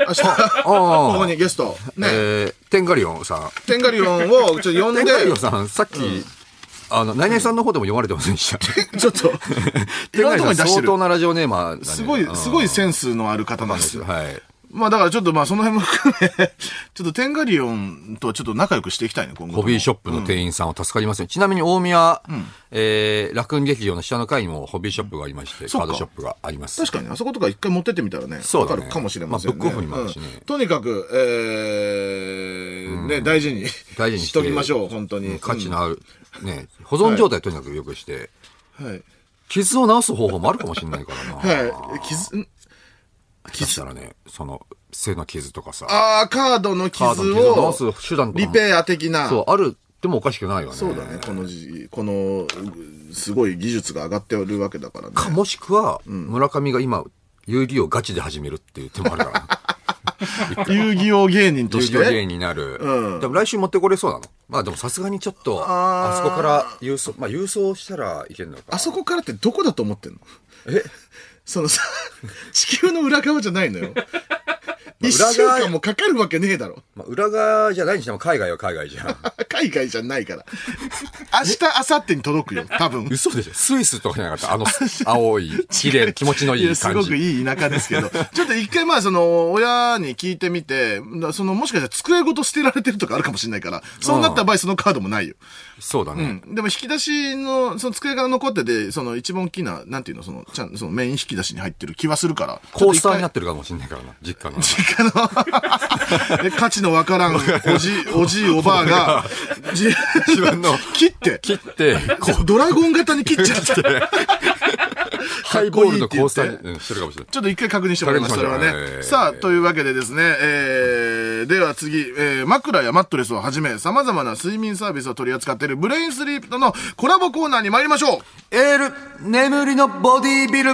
S1: 明日、ここにゲスト。
S3: え
S1: ね。
S3: ー、テンガリオンさん。
S1: テンガリオンをちょっと呼ん
S3: テ
S1: で
S3: ン、ガリオンさん、さっき、あの、ナイナイさんの方でも読まれてませんでした。
S1: ちょっと、い
S3: テン
S1: ろんな
S3: ガリ
S1: と
S3: オ
S1: こ
S3: ン
S1: に
S3: さ
S1: 出
S3: ん
S1: して
S3: 相
S1: る
S3: 当。なラジオネーマーだね、
S1: すごい、すごいセンスのある方なんです
S3: うん
S1: よ。
S3: はい。
S1: まあだからちょっとまあその辺も含め、 ちょっとテンガリオンとはちょっと仲良くしていきたいね、今後とも。
S3: ホビーショップの店員さんは助かりません。ちなみに大宮、えー、楽園劇場の下の階にもホビーショップがありまして、
S1: そ
S3: カ
S1: うか
S3: ードショップがあります。
S1: 確かに、あそことか一回持ってってみたらね、
S3: そうだね
S1: わかるかもしれませんね。
S3: まあブックオフにもあるしね
S1: うんとにかく、えー、ね、大事に、
S3: 大事に
S1: しときましょう、本当に。
S3: 価値のある、ね、保存状態とにかく良くして、
S1: うんはい。
S3: 傷を治す方法もあるかもしれないからな。
S1: はい。傷、ん
S3: 傷したらね、その、背の傷とかさ、
S1: あー、カードの傷
S3: カードの傷
S1: を
S3: を治す手段とか
S1: リ
S3: も
S1: ペア的な。
S3: そう、あるってもおかしくないよね。
S1: そうだね、この時、この、うすごい技術が上がってるわけだからね。
S3: かもしくは、村上が今、遊戯をガチで始めるっていう手もあるからね。
S1: 遊戯王芸人とし
S3: 遊戯王芸
S1: て。
S3: 人になる。
S1: うん
S3: でも来週持ってこれそうなのまあでもさすがにちょっと、
S1: あー
S3: あそこから郵送、まあ郵送したらいけるのか。
S1: あそこからってどこだと思ってんの
S3: え
S1: そ のさ、地球の裏側じゃないのよ。一
S3: 裏側
S1: 週間もかかるわけねえだろ。
S3: まあ、裏側じゃないにしても海外は海外じゃん。
S1: 海外じゃないから。明日、明後日に届くよ、多分。
S3: 嘘でしょスイスとかじゃなかったあの、青い、綺麗、気持ちのいい
S1: や
S3: 感じ。
S1: すごくいい田舎ですけ ど、ちょっと一回まあその、親に聞いてみて、なその、もしかしたら机ごと捨てられてるとかあるかもしれないから、そうなった場合そのカードもないよ。
S3: そうだね。
S1: でも引き出しの、その机が残ってて、その一番大きな、なんていうの、その、ちゃん、そのメイン引き出しに入ってる気はするから。
S3: コースターにな
S1: っ
S3: ってるかもしれないからな、実家の。
S1: て。え価値のわからん、おじ、おじいおばあが、自
S3: 分の
S1: 切って、
S3: 切って、こう、
S1: ドラゴン型に切っちゃって。
S3: ハイボールのコースタ
S1: かっこいいって言って
S3: ーにうんしてるかもしれない。
S1: ちょっと一回確認してもらいます、そ
S3: 確
S1: れ
S3: 認し
S1: は
S3: ましょう
S1: ね。
S3: えー
S1: さあ、というわけでですね、えー、では次、えー、枕やマットレスをはじめ、様々な睡眠サービスを取り扱っているブレインスリープとのコラボコーナーに参りましょう
S3: エール、眠りのボディービル。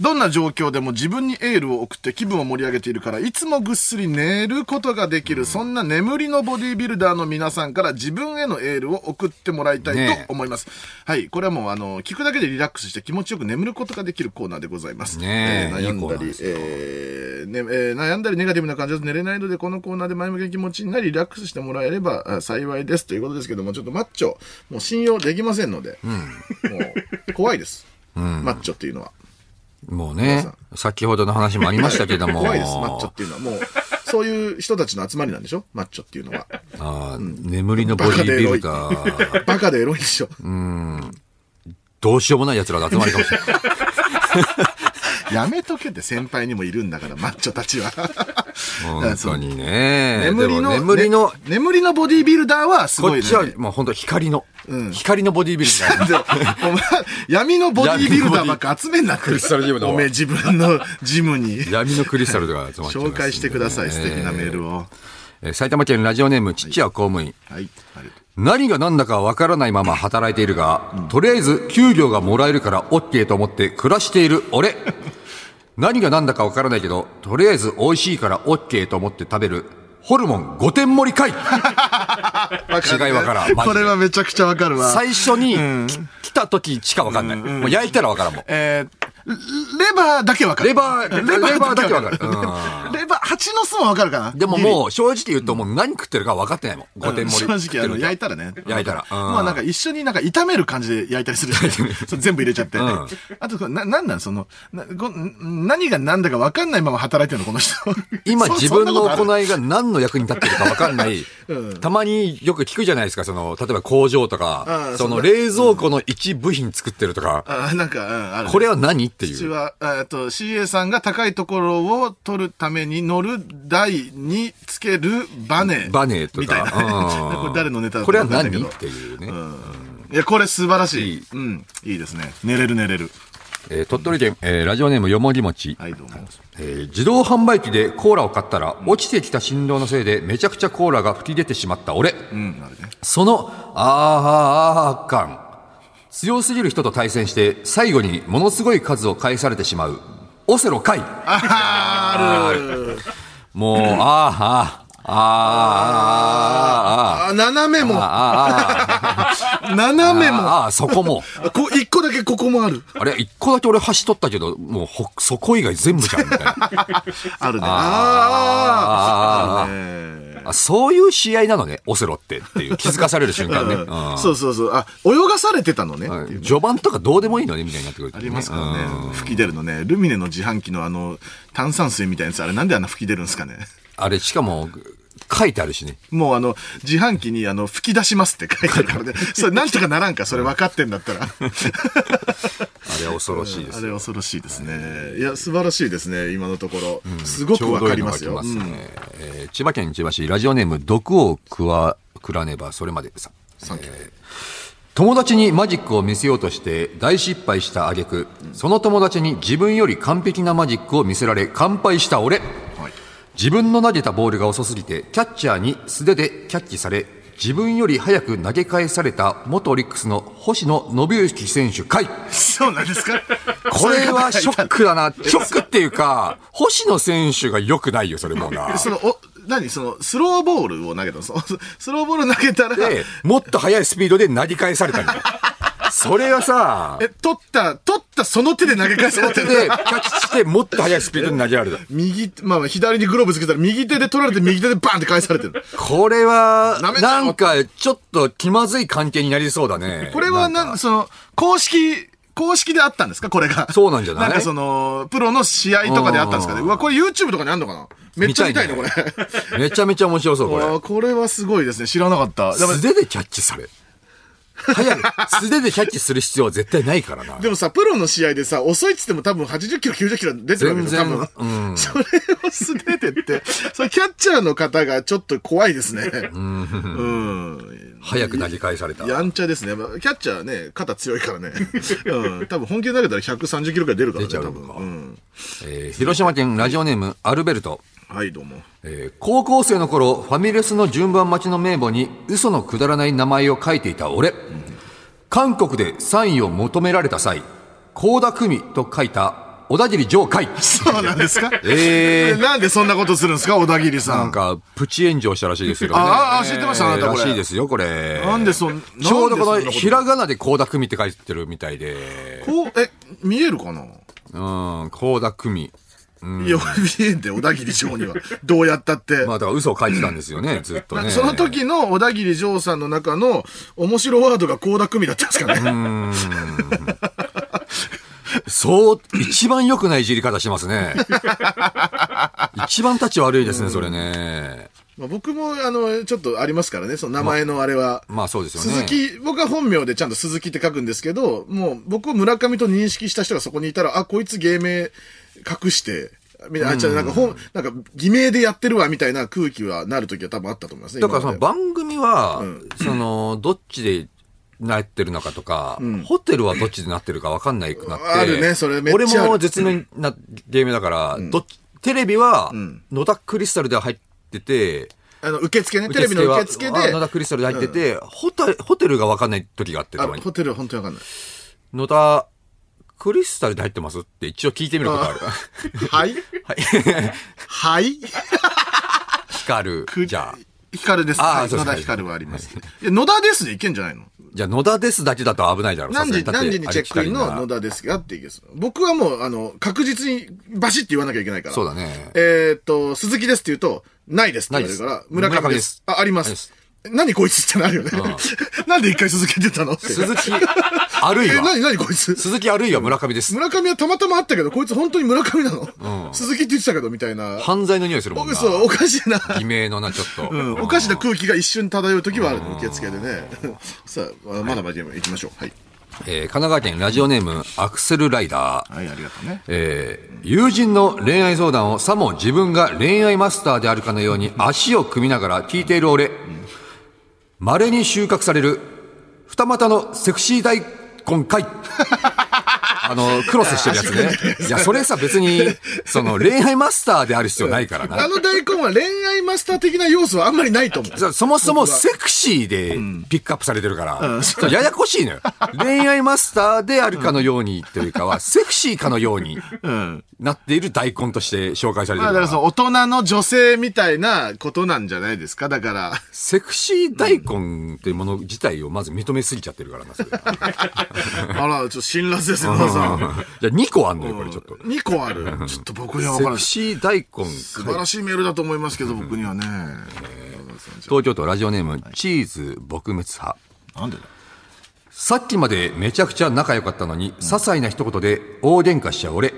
S1: どんな状況でも自分にエールを送って気分を盛り上げているから、いつもぐっすり寝ることができる、そんな眠りのボディービルダーの皆さんから自分へのエールを送ってもらいたい
S3: ね
S1: と
S3: え
S1: 思います。はい。これはもう、あの、聞くだけでリラックスして気持ちよく眠ることができるコーナーでございます。
S3: ねえ
S1: ー悩ん
S3: いいコー
S1: だ
S3: ナー
S1: り
S3: で、すよ
S1: えーねえー悩んだりネガティブな感情で寝れないので、このコーナーで前向きな気持ちになり、リラックスしてもらえればあ幸いですということですけども、ちょっとマッチョ、もう信用できませんので、もう怖いです。マッチョっていうのは。
S3: もうね、先ほどの話もありましたけども。
S1: 怖いです、マッチョっていうのは。もう、そういう人たちの集まりなんでしょマッチョっていうのは。
S3: あー眠りのボディービルダー。
S1: バカでエロいでしょ。
S3: どうしようもない奴らの集まりかもしれ ない。
S1: やめとけって先輩にもいるんだから、マッチョたち は。
S3: 本当にね。
S1: 眠りの、
S3: でも眠りの
S1: ね、眠りのボディービルダーはす
S3: こ
S1: ご
S3: っ
S1: いね
S3: ち。はもう本当光の、光のボディービル ダー。
S1: でお前、闇のボディービルダーばっか集めんなって。
S3: クリスタルジムの
S1: おめえ自分のジムに。
S3: 闇のクリスタルとか集まってますんでね
S1: 紹介してください、素敵なメールを。
S3: えー埼玉県ラジオネーム、父は公務員。
S1: はい。ありがとう
S3: 何が何だかわからないまま働いているが、とりあえず給料がもらえるから OK と思って暮らしている 俺。何が何だかわからないけど、とりあえず美味しいから OK と思って食べる、ホルモン5点盛 りかい違いわからん。マジ
S1: こ
S3: で
S1: れはめちゃくちゃわかるわ。
S3: 最初に、き来た時しかわかんない。もう焼いたらわからんもん。
S1: えーレレバーだけわかる。
S3: レバー、レバーだけわかる。
S1: レバー、蜂の巣もわかるかな
S3: うんでも
S1: ギリ
S3: もう正直言うともう何食ってるか分かってないもん。5点盛り。
S1: 正直、あの、焼いたらね。
S3: 焼いたらうん
S1: まあなんか一緒になんか炒める感じで焼いたりするじゃ ないそう全部入れちゃって。
S3: ん
S1: あと、な、なんなんその、なごん何が何だか分かんないまま働いてるの、この人。
S3: 今
S1: そ
S3: 自分の
S1: そんなことある
S3: 行いが何の役に立ってるか分か んない。たまによく聞くじゃないですか、その、例えば工場と
S1: う
S3: か
S1: ん、
S3: そ
S1: そん
S3: の
S1: な
S3: 冷蔵庫の一部品作ってるとか、
S1: あなんか、うん、あるね。
S3: これは何っていう
S1: 私
S3: う。
S1: は、えっと、CA さんが高いところを取るために乗る台につけるバネ。
S3: バネと
S1: みたい
S3: か。
S1: な。
S3: う ん
S1: これ誰のネタだ
S3: これは
S1: わかんない
S3: 何
S1: けど
S3: っていうね。
S1: いや、これ素晴らしい。
S3: いい
S1: うん。いいですね。寝れる寝れる。
S3: えー鳥取県、えーラジオネームよもぎもち。
S1: はい、どうも。
S3: えー自動販売機でコーラを買ったら、落ちてきた振動のせいでめちゃくちゃコーラが吹き出てしまった俺。
S1: うん、あれね。
S3: その、あーあーあー感。強すぎる人と対戦して、最後にものすごい数を返されてしまう。オセロかい
S1: ある
S3: もう、あーあー、あ
S1: あ、
S3: ーあー、あーあー、
S1: 斜めも、
S3: あーあー、
S1: 斜めも。
S3: あーあー、そこも。
S1: こ一個だけここもある。
S3: あれ、一個だけ俺走っとったけど、もうほ、そこ以外全部じゃん、みたいな。あー
S1: あるね。あ
S3: あー
S1: ー
S3: あーあそういう試合なのね、オセロってっていう。気づかされる瞬間ね。
S1: あー。
S3: う
S1: そうそうそう。あ、泳がされてたのね。
S3: んうん序盤とかどうでもいいのね、みたいになってくる、
S1: ありますか
S3: うん
S1: らね。吹き出るのね。ルミネの自販機のあの、炭酸水みたいなやつ、あれなんであんな吹き出るんですかね。
S3: あれ、しかも、書いてあるしね。
S1: もうあの、自販機にあの、吹き出しますって書いてある からね。それなんとかならんか、それ分かってんだったら。
S3: あれは恐ろしいです
S1: あ
S3: よ
S1: れ恐ろしいですね。いや、素晴らしいですね、今のところ。すごくわかりますよ。
S3: ちょうどいいのが来
S1: うん
S3: ますねえー千葉県千葉市、ラジオネーム、毒を食わ、食らねばそれまでさん。
S1: サンキュー
S3: 友達にマジックを見せようとして大失敗した挙句、その友達に自分より完璧なマジックを見せられ完敗した俺。
S1: はい
S3: 自分の投げたボールが遅すぎて、キャッチャーに素手でキャッチされ、自分より早く投げ返された元オリックスの星野信之選手かい
S1: そうなんです か
S3: これはショックだな。ショックっていうか、星野選手が良くないよ、それもうな。
S1: その、お、何その、スローボールを投げたのそのスローボール投げたら、
S3: で、もっと速いスピードで投げ返されたんだよ。それはさ、
S1: え、取った、取ったその手で投げ返されて
S3: で、
S1: る。
S3: キャッチして、もっと速いスピードで投げられた。
S1: 右、まあまあ左にグローブつけたら右手で取られて右手でバンって返されて る。
S3: これは
S1: ダメ、だよ
S3: なんか、ちょっと気まずい関係になりそうだね。
S1: これは
S3: なんか
S1: なん、その、公式、公式であったんですかこれが。
S3: そうなんじゃな
S1: な
S3: い
S1: んかその、プロの試合とかであったんですかね
S3: う
S1: うんわ、これ YouTube とかにあんのかなめっちゃ見たいね、これ。
S3: 見ためちゃめちゃ面白そう、これ。
S1: わあこれはすごいですね。知らなかった。でも
S3: 素手でキャッチされ。早く、素手でキャッチする必要は絶対ないからな。
S1: でもさ、プロの試合でさ、遅いっつっても多分80キロ、90キロ出てるわけですよ、多
S3: 全然
S1: 分。それを素手でって、それキャッチャーの方がちょっと怖いですね。うん。
S3: 早く投げ返された。
S1: やんちゃですね。まあキャッチャーね、肩強いから ね。うん。多分本気で投げたら130キロくらい出るからね、
S3: 出ちゃう
S1: 多
S3: の
S1: 分。
S3: か
S1: うん。
S3: えー広島県ラジオネーム、アルベルト。
S1: はい、どうも。
S3: えー高校生の頃、ファミレスの順番待ちの名簿に嘘のくだらない名前を書いていた俺。韓国でサインを求められた際、高田久美と書いた小田切城海。
S1: そうなんです か
S3: えー、
S1: なんでそんなことするんですか、小田切さ
S3: なん
S1: ん。
S3: か、プチ炎上したらしいですよね。
S1: ああ知ってましたあなた
S3: えー
S1: これ
S3: らしいですよ、これ。
S1: なんでそん
S3: ちょうどこ
S1: なんでそんなこと
S3: のひらがなで高田組って書いてるみたいで、
S1: こう、え、見えるかな
S3: うん、高田組。
S1: いや、見えんで、小田切城に は。どうやったって。
S3: まあだから嘘を書いてたんですよ ね、ずっとね。
S1: その時の小田切丈さんの中の面白ワードが高田組だったんですかね。
S3: そう、一番良くないいじり方してます ね。一番立ち悪いですね、それね。
S1: まあ僕も、あの、ちょっとありますからね、その名前のあれは。
S3: まあそうですよね。
S1: 鈴木、僕は本名でちゃんと鈴木って書くんですけど、もう僕を村上と認識した人がそこにいたら、あ、こいつ芸名隠して、みたいな、あ、じゃあなんか本、なんか偽名でやってるわみたいな空気はなる時は多分あったと思いますね。
S3: だからその
S1: 今ま
S3: 番組は、その、どっちで、なってるのかとか、ホテルはどっちでなってるか分かんないくなって。
S1: あるねそれめっちゃある
S3: 俺も絶妙なゲームだから、どっちテレビは、野田クリスタルで入ってて、
S1: であの、受付ね、テレビの受付で
S3: はあ野、田クリスタルで入ってて、ホテル、ホテルが分かんない時があって、
S1: あ
S3: たまに
S1: ホ。テルは本当にわかんない。
S3: 野田クリスタルで入ってますって一応聞いてみるこ とある。
S1: はい
S3: はい。
S1: はい
S3: 光る。じゃあ。
S1: 光です。
S3: あー
S1: はい
S3: そうで
S1: 野
S3: す
S1: 田光はあります。いや、野田ですでいけんじゃないの
S3: じゃあ野田ですだけだと危ないだろう。
S1: 何時、
S3: さすが
S1: 何
S3: に
S1: 時にチェックインの野
S3: 田。
S1: 田ですがっていいです。僕はもう、あの、確実にバシッて言わなきゃいけないから。
S3: そうだね。
S1: えーっと、鈴木ですって言うと、ないですって言われるから、
S3: な
S1: 村
S3: いです
S1: 上
S3: 村上
S1: で
S3: です
S1: す。あ、ありま
S3: ありますす。
S1: 何こいつってなるよね。 なんで一回鈴木って言ったのって。
S3: 鈴木、あるい
S1: え、
S3: は、
S1: 何、何こいつ
S3: 鈴木あるいは村上です。
S1: 村上はたまたまあったけど、こいつ本当に村上なの、鈴木って言ってたけど、みたいな。
S3: 犯罪の匂いするもんな。
S1: 嘘、おかしいな。
S3: 偽名のな、ちょっと。
S1: うん、おかしな空気が一瞬漂う時はあるの、受付でね。さあ、まだまだ行きましょう。はい。
S3: えー神奈川県ラジオネーム、アクセルライダー。
S1: はい、ありがとうね。
S3: えー友人の恋愛相談をさも自分が恋愛マスターであるかのように足を組みながら聞いている俺、稀に収穫される二股のセクシー大根 かいあの、クロスしてるやつね。いや、それさ別に、その恋愛マスターである必要ないから
S1: あ
S3: な。
S1: の大根は恋愛マスター的な要素はあんまりないと思う。
S3: そそもそもセクシーでピックアップされてるから、ちょっとややこしいのよ。恋愛マスターであるかのようにという かは、セクシーかのように
S1: うん。
S3: なっている大根として紹介されて
S1: まあ
S3: る
S1: だか
S3: から
S1: そ
S3: ら、
S1: の大人の女性みたいなことなんじゃないですか。だから、
S3: セクシー大根っていうもの自体をまず認めすぎちゃってるからな、それ。
S1: あら、ちょっと辛辣ですね、野田さん。
S3: じゃあ2個あんのよ、これちょっと。
S1: 2個ある。ちょっと僕には分か
S3: セ
S1: らな
S3: ク
S1: い。素
S3: シー大根
S1: 晴らしいメールだと思いますけど、僕にはね。
S3: 東京都ラジオネーム、チーズ撲滅派。
S4: なんでだよ
S3: さっきまでめちゃくちゃ仲良かったのに、些細な一言で大喧嘩しちゃう俺。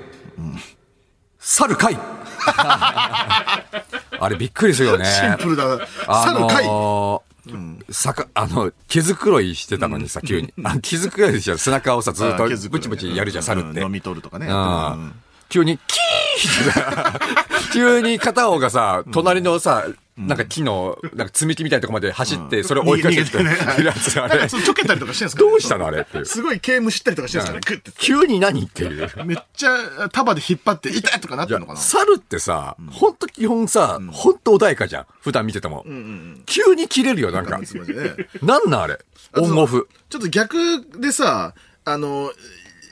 S3: 猿かいあれびっくりするよね。
S1: シンプルだ。
S3: あ
S1: 猿
S3: の
S1: かい
S3: ーさか、あの、毛づくろいしてたのにさ、急に。あ毛づくろいでしょ背中をさ、ずっと
S1: あ毛づくろいね
S3: ブチブチやるじゃん、
S4: う
S3: 猿っ
S4: ん
S3: て。
S4: 飲み取るとかね。
S3: ああ
S4: うん
S3: 急に、キ 急に片方がさ、隣のさ、なんか木の、なんか積み木みたいなとこまで走って、それを追いかけてきた
S4: 逃げてね
S3: いるやつあ
S1: なん
S3: れ
S1: か、 そのちょけたりとかしてるんですかね
S3: どうしたのあれっていう。
S1: すごい刑務知ったりとかしてるんですかねグッ
S3: 急に何って いう。
S1: て。めっちゃ束で引っ張って、痛いとかなってるのかな
S3: 猿ってさ、ほんと基本さ、ほんと穏やかじゃん。普段見てても。急に切れるよ、なんか。
S1: すいませんね
S3: なんなんあれ。オンオフ。
S1: ちょっと逆でさ、あの、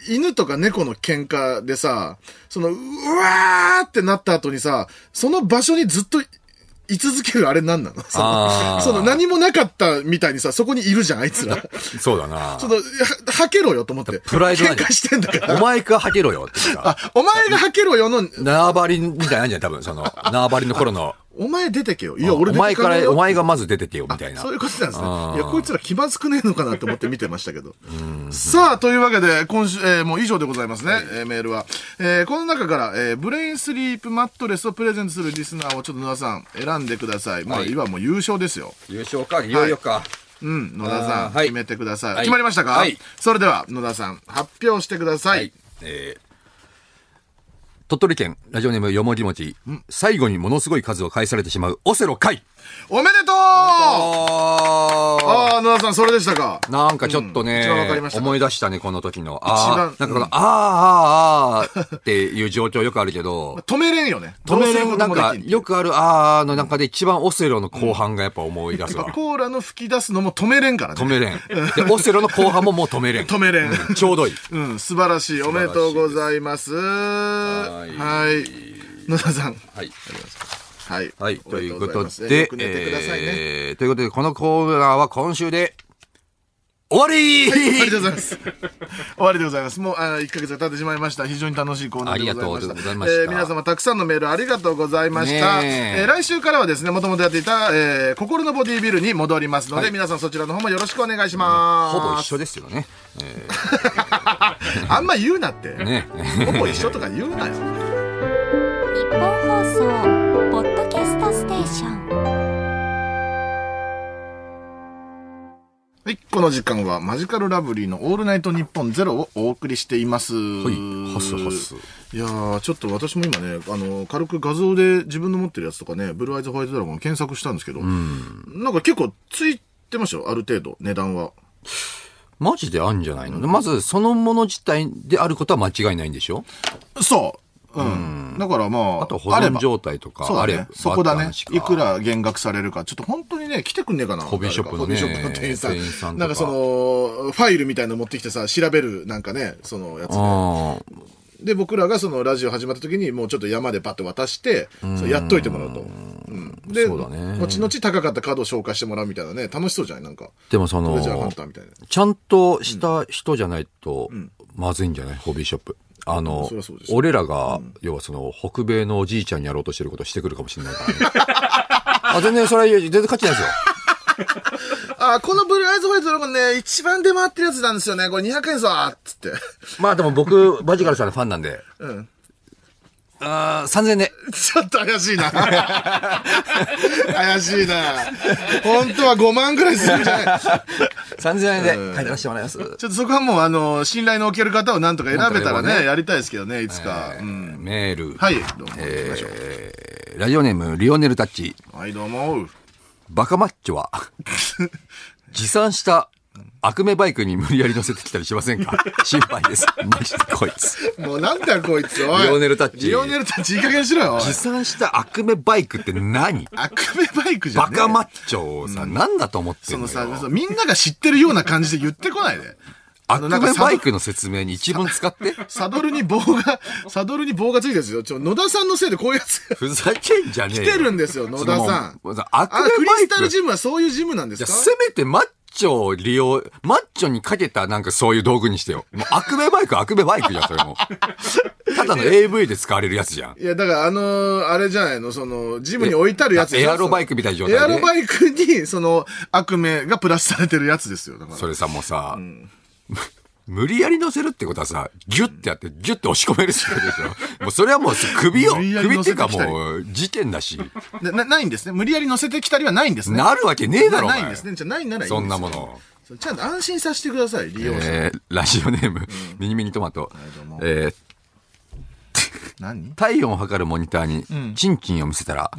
S1: 犬とか猫の喧嘩でさ、その、うわーってなった後にさ、その場所にずっとい居続けるあれ何なのそ
S3: あー
S1: のその何もなかったみたいにさ、そこにいるじゃん、あいつら。
S3: そうだな
S1: そ。の、は、はけろよと思って。
S3: プライドな
S1: 喧
S3: い
S1: 嘩してんだか
S3: お
S1: ら。
S3: 前かはけろよってさ。
S1: お前がはけろよの、
S3: 縄張りみたいなんじゃん、多分。その、縄張りの頃の。
S1: お前出てけよ。いや、
S3: お
S1: 俺出
S3: 前
S1: てか
S3: か
S1: ねえ
S3: ら、
S1: よ
S3: お前がまず出てけよ、みたいな
S1: そうい。うことなんですね
S3: あ。ー
S1: いや、こいつら気まずくねえのかなと思って見てましたけど。さあ、というわけで、今週、えーもう以上でございますね、えーメールは。えーこの中から、えーブレインスリープマットレスをプレゼントするリスナーをちょっと野田さん、選んでください。まあ、
S3: はい
S1: いわばもう優勝ですよ。
S3: 優勝か、いよいよか。
S1: うん、野田さ
S3: あ
S1: ん、
S3: ーはい
S1: 決めてください。
S3: はい
S1: 決まりましたか、
S3: はい
S1: それでは、野田さん、発表してください。
S3: はい。えー鳥取県、ラジオネームよもぎもち、最後にものすごい数を返されてしまうオセロ回。
S1: おめでとうあ
S3: あ
S1: あー、野田さん、それでしたか。
S3: なんかちょっと
S1: うん
S3: ね
S1: 一番わかりまし、た
S3: 思い出したね、この時の。あ
S1: 一番
S3: あ、なんかこの、あーあー、あーっていう状況よくあるけど、
S1: 止めれんよね。
S3: 止めれん、
S1: どうする
S3: な
S1: こ
S3: ん
S1: とも
S3: か
S1: でき
S3: よくあるあーの中で一番オセロの後半がやっぱ思い出す
S1: やっ
S3: わ
S1: ぱ。コーラの吹き出すのも止めれんからね。
S3: 止めれん。で、オセロの後半ももう止めれ ん。
S1: 止めれん。
S3: ちょうどいい。
S1: うん、素晴らしい。おめでとうございます。
S3: い
S1: はい。野田さん。
S3: はい。
S1: はい。
S3: はい、
S1: お
S3: と
S1: め
S3: い
S1: で
S3: う
S1: ご
S3: こ
S1: ざま
S3: と
S1: す
S3: で
S1: よ、く寝てくださいね。
S3: えーということで、このコーナーは今週で、終わり
S1: ありがとうございます。 終わりでございます。もう、あ1ヶ月が経ってしまいました。非常に楽しいコーナーでございました。
S3: ありがとうございました
S1: えー皆様たくさんのメールありがとうございました。
S3: ねえ
S1: えー来週からはですね、もともとやっていた、えー心のボディービルに戻りますので、皆さんそちらの方もよろしくお願いします。
S3: ほぼ一緒ですよね。
S1: あんま言うなって。
S3: ね。
S1: ほぼ一緒とか言うなよ。
S2: 日本放送ポッドキャストステーション
S1: はい、この時間はマジカルラブリーのオールナイトニッポンゼロをお送りしています。はい
S3: ハスハス
S1: いやー、ちょっと私も今ね、あの、軽く画像で自分の持ってるやつとかね、ブルーアイズホワイトドラゴン検索したんですけど、なんか結構ついてましたよ、ある程度、値段は。
S3: マジであんじゃないの、まず、そのもの自体であることは間違いないんでしょ
S1: そう。うん。だからまあ、
S3: あと保
S1: あれ
S3: 存
S1: ば
S3: 状態とか、
S1: そうだ
S3: あれ
S1: ね。そこだね。いく。
S3: バッターの話から
S1: 減額されるか。ちょっと本当にね、来てくんねえかな。
S3: ホビーショップのね
S1: ホビーショップの店員さん。
S3: 店員さんと
S1: な
S3: か
S1: んかその、ファイルみたいなの持ってきてさ、調べるなんかね、そのやつ。
S3: あ
S1: で、僕らがそのラジオ始まった時に、もうちょっと山でパッと渡して、そうやっといてもらうと。うんで、
S3: そうだね
S1: 後々高かったカードを紹介してもらうみたいなね、楽しそうじゃないなんか。
S3: ーでもそ
S1: トレジャーハン
S3: の、
S1: ターみたいな。
S3: ちゃんとした人じゃないと、まずいんじゃないホビーショップ。あの
S1: そりゃそうで、す
S3: 俺らが、要はその、北米のおじいちゃんにやろうとしてることしてくるかもしれないからね。 あ、全然それ、全然価値ないですよ。
S1: あー、このブルーアイズホワイトドラゴンね、一番出回ってるやつなんですよね。これ200円さーっつって。
S3: まあでも僕、バジカルさんのファンなんで、
S1: うん。
S3: あー3000円で。
S1: ちょっと怪しいな。 怪しいな。本当は5万ぐらいするんじゃない
S3: 3000円で書いてらしてもらいます。
S1: ちょっとそこはもう、あの、信頼のおける方をなんとか選べたら
S3: なんとか
S1: ね、
S3: ね
S1: やりたいですけどね、いつか。
S3: え
S1: うん
S3: ーメール。
S1: はい、どうも。
S3: えーラジオネーム、リオネルタッチ。
S1: はい、どうも。
S3: バカマッチョ は、持参した悪目バイクに無理やり乗せてきたりしません か心配です。マジでこいつ。
S1: もうなんだよこいつ、おい。
S3: リオネルタッチ
S1: リオネルタッチ、いい加減にしろよ、おい
S3: 持。参した悪目バイクって何
S1: 悪名バイクじゃ
S3: バ
S1: ねえ
S3: カマッチョをさ、何だと思って
S1: そ
S3: んの
S1: の
S3: よ
S1: さ、そのみんなが知ってるような感じで言ってこないで。
S3: 悪
S1: なんか
S3: 目
S1: サド
S3: バイクの説明に一文使って。
S1: サドルに棒が、サドルに棒がついてるんですよ。ちょ、野田さんのせいでこういうやつが
S3: ふざけんじゃねえよ。
S1: 来てるんですよ野田さん
S3: そのもう
S1: あ、
S3: 悪
S1: クリ
S3: 目バイ
S1: スタル
S3: ク
S1: ジムはそういうジムなんで
S3: じ
S1: す
S3: ゃあ
S1: か
S3: せめてマッチョを利用、マッチョにかけたなんかそういう道具にしてよ。もう悪名バイク、悪名バイクじゃん、それも。ただの AV で使われるやつじゃん。
S1: いや、だから、あのーあれじゃないの、その、ジムに置いてあるやつでし
S3: エ
S1: ょ
S3: アロバイクみたいな状態
S1: エ
S3: で。
S1: アロバイクに、その、悪名がプラスされてるやつですよ。だから。
S3: それさ、もうさ、無理やり乗せるってことはさ、ギュッてやって、ギュッて押し込めるしかないでしょ。もうそれはもう首を、
S1: 無理やり
S3: 首
S1: 乗
S3: って
S1: せ
S3: いう
S1: て
S3: か
S1: きたり
S3: もう事件だし、
S1: ななないんですね。無理やり乗せてきたりはないんですね。
S3: なるわけねえだろ、お
S1: な
S3: 前
S1: ないんですね。じゃあないならいいです
S3: そんなもの。
S1: そうちゃんと安心させてください、利用者。
S3: えーラジオネーム、ミニミニトマト。えー
S4: 何
S3: 体温を測るモニターに、チンチンを見せたら、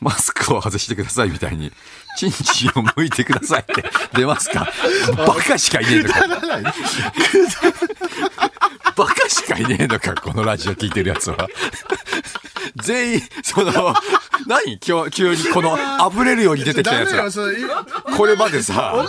S3: マスクを外してくださいみたいに、チンチンを向いてくださいって 出ますかバカしかいねえのか。バカしかいねえのか、このラジオ聞いてるやつは。全員、その、何今日、急にこの、溢れるように出てきた
S1: ダ
S3: や
S1: メ
S3: つ
S1: よ、
S3: ら。
S1: それ。い
S3: これまでさ、
S1: お前、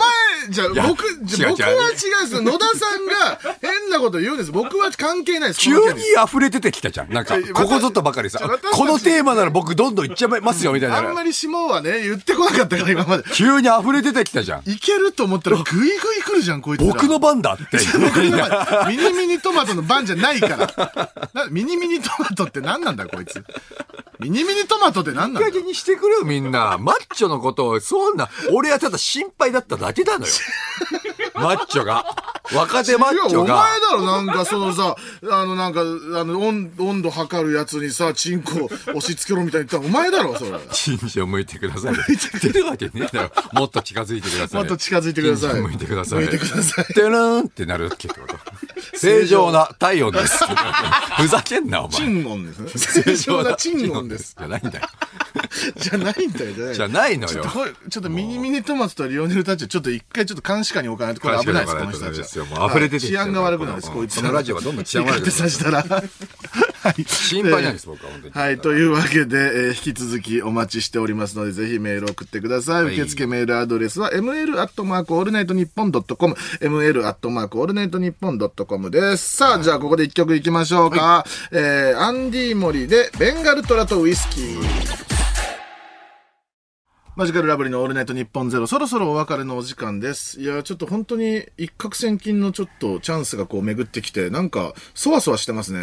S1: じゃあ
S3: いや
S1: 僕、じゃあ
S3: 違う違う
S1: 僕は違うんですよ。野田さんが変なこと言うんです。僕は関係ないです。
S3: 急
S1: この件
S3: に溢れ出てきたじゃん。なんか、
S1: いや
S3: ここぞとばかりさ
S1: ちょ私、たち
S3: このテーマなら僕どんどんいっちゃいますよ、みたい
S1: あんま
S3: な。
S1: り下はね、言ってこなかったから今まで。
S3: 急に溢れ出てきたじゃん。
S1: いけると思ったらグイグイ来るじゃん、こいつら。
S3: 僕の番だ って。
S1: ミニミニトマトの番じゃないから。なミニミニトマトって何なんだ、こいつ。ミニミニトマトって何なん
S3: い
S1: だ
S3: い加減にしてくれよ、みんな。マッチョのことを、そんな、俺はただ心配だっただけなのよ。マッチョが。若手マッ
S1: い
S3: チ
S1: や、
S3: ョ
S1: お前
S3: が。
S1: だろ、なんかそのさ、 あの、なんか、あの、温温度測るやつにさ、チンコを押し付けろみたいに言ったのお前だろ、そ れ。
S3: チンジを向いてください。出るわけねえだろ。もっと近づいてください。
S1: もっと近づいてください
S3: チンジを向いてください。
S1: 向いてください
S3: てるーんってなるっけってこと。正常な体温です。ふざけんな、お前。
S1: チンゴン ですね。正常なチンゴンです。
S3: じゃないんだよ。
S1: じゃないんだよ、じゃない。
S3: じゃないの
S1: ちょっ
S3: よ
S1: と。これ、ちょっとミニミニトマトとリオネルタッチをちょっと一回ちょっと監視下に置かないと、これ危ないです、この人たち
S3: よ。
S1: は。
S3: もう溢れてて。
S1: 治安が悪くなるです、こいつら。
S3: このラジオがどんどん治安悪くな
S1: って
S3: る。
S1: さしたら。 はい。
S3: 心配なんです、僕は、本当に。
S1: はい。というわけで、えー引き続きお待ちしておりますので、ぜひメールを送ってください。
S3: い
S1: 受付メールアドレスは、m l a l l n i g h t n i p p o n c o m m l a l l n i g h t n i p p o n c o m です。さあ、じゃあここで一曲いきましょうか。えーアンディ・モリで、ベンガルトラとウイスキー。マジカルラブリーのオールナイトニッポンゼロ、そろそろお別れのお時間です。いや、ちょっと本当に一攫千金のちょっとチャンスがこう巡ってきて、なんか、そわそわしてますね。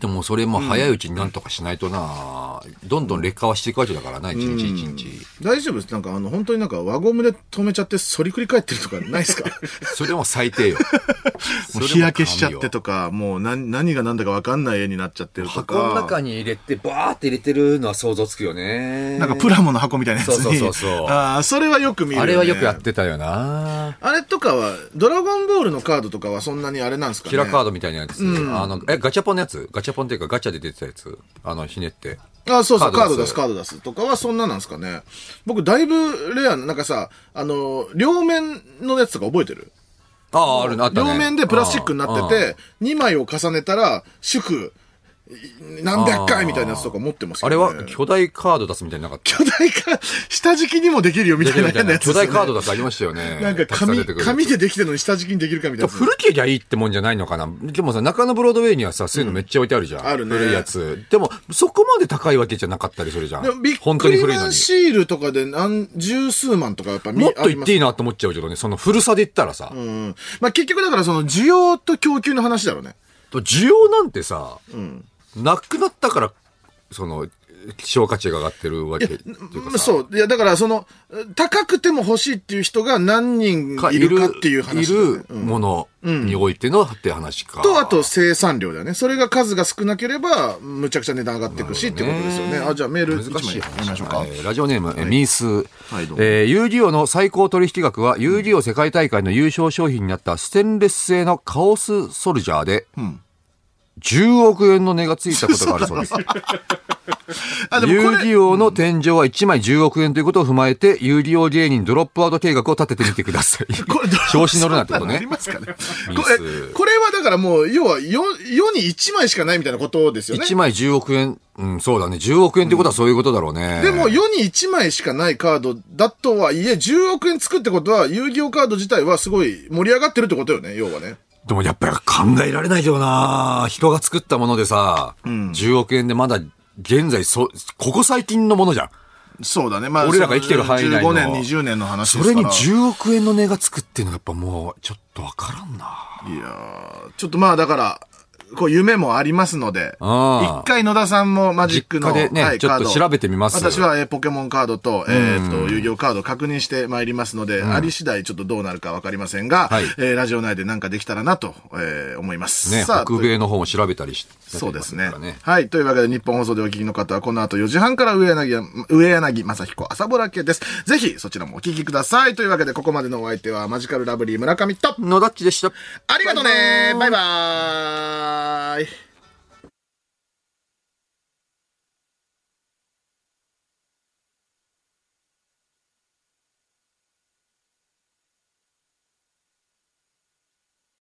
S3: でもそれも早いうちになんとかしないとな、どんどん劣化はしていくわけだからな、一日一日。
S1: 大丈夫ですなんかあの、本当になんか輪ゴムで止めちゃって反りくり返ってるとかないです か
S3: それでも最 低よ。それでも神よ
S1: 日焼けしちゃってとか、もう何何が何だか分かんない絵になっちゃってるとか。
S3: 箱の中に入れて、バーって入れてるのは想像つくよね。
S1: なんかプラモの箱みたいなやつに。
S3: そうそうそうそう
S1: ああ、それはよく見る、ね。
S3: あれはよくやっ。てたよな。
S1: あれとかは、ドラゴンボールのカードとかはそんなにあれなんですかね
S3: キラーカードみたいなやつ。あの、え、ガチャポンのやつガチャポンっていうかガチャで出てたやつ。あの、ひねって。
S1: あ、そうそう、カ
S3: カ
S1: ー
S3: ー
S1: ド
S3: ド
S1: 出
S3: 出
S1: す、
S3: す
S1: カード出すとかはそんななんですかね。僕、だいぶレアな、なんかさ、あの、両面のやつとか覚えてる
S3: ああ、あるな、あったね。
S1: 両面でプラスチックになってて、2枚を重ねたら、祝、い何百回みたいなやつとか持ってます
S3: あ
S1: け
S3: れ
S1: ど、ね。
S3: は巨大カード出すみたいになか った。
S1: 巨大化、下敷きにもできるよみたいな変なやつ
S3: 巨
S1: ですよね、
S3: 大カード出すありましたよね。
S1: なんか
S3: たくさん出
S1: 紙、
S3: てくる
S1: 紙でできてるのに下敷きにできるかみたいなやつ。
S3: 古けりゃいいってもんじゃないのかな。でもさ、中野ブロードウェイにはさ、そういうのめっちゃ置いてあるじゃん。
S1: あるね
S3: 古いやつ。でも、そこまで高いわけじゃなかったりするじゃん。
S1: でもびっ
S3: 本
S1: く
S3: 当に
S1: り
S3: 古い
S1: マ
S3: の
S1: ン
S3: に。
S1: シールとかで何十数万とかやっぱ見
S3: もっと言っていい
S1: な。
S3: なと思っちゃうけどね、その古さで言ったらさ、
S1: うん。まあ、結局だからその需要と供給の話だろうね。
S3: 需要なんてさ、なくなったから、その、希少価値が上がってるわけっていうかさ。
S1: そう。いや、だから、その、高くても欲しいっていう人が何人
S3: か
S1: いるかっていう話
S3: い
S1: だよね、
S3: るものにおいてのって話か。
S1: と、あと生産量だよね。それが数が少なければ、むちゃくちゃ値段上がっていくし、っていうことですよね。あ、じゃあメール一
S3: 難しい
S1: 枚。
S3: 話ましょうか。えーラジオネーム、えーミース。
S1: はいどうも
S3: えー、遊戯王の最高取引額は、遊戯王世界大会の優勝商品になったステンレス製のカオスソルジャーで、10億円の値がついたことがある そうです。
S1: あ、で
S3: 遊
S1: もこれ、
S3: 戯王の天井は1枚10億円ということを踏まえて、遊戯王芸人ドロップアウト計画を立ててみてください。
S1: これどう、
S3: 調子に乗るなってこと
S1: あり
S3: ね。
S1: ますかね。
S3: ミ
S1: こ
S3: ス
S1: れ、これはだからもう、要は世、世に1枚しかないみたいなことですよね。
S3: 1枚10億円、うん、そうだね。10億円ってことはそういうことだろうね。
S1: でも、世に1枚しかないカードだとはいえ、10億円つくってことは、遊戯王カード自体はすごい盛り上がってるってことよね、要はね。
S3: でもやっぱり考えられないよな人が作ったものでさ、10億円でまだ現在そ、ここ最近のものじゃん。
S1: そうだね。まあ
S3: 俺らが生きてる範囲内
S1: 15
S3: の
S1: 年、20年の話
S3: そ
S1: です
S3: れ
S1: か
S3: に
S1: ら。
S3: 10億円の値がつくっていうのがやっぱもう、ちょっとわからんない
S1: やーちょっとまあだから、こう夢もありますので、
S3: ああ
S1: 一回野田さんもマジックの、
S3: 実家でね
S1: はい
S3: ちょっと
S1: カード
S3: 調べてみます
S1: 私は、えーポケモンカードと、えーっと、遊戯王カードを確認してまいりますので、あり次第ちょっとどうなるかわかりませんが、
S3: はい
S1: えーラジオ内でなんかできたらなと、えー思います。
S3: ね、
S1: さあ、
S3: 北米の方も調べたりして、
S1: そうですね
S3: やってますから。
S1: はい。というわけで、日本放送でお聞きの方は、この後4時半から上柳や、上柳正彦朝ぼら家です。ぜひ、そちらもお聞きください。というわけで、ここまでのお相手は、マジカルラブリー村上と、
S3: 野田っちでした。
S1: ありがとうねバイバーイ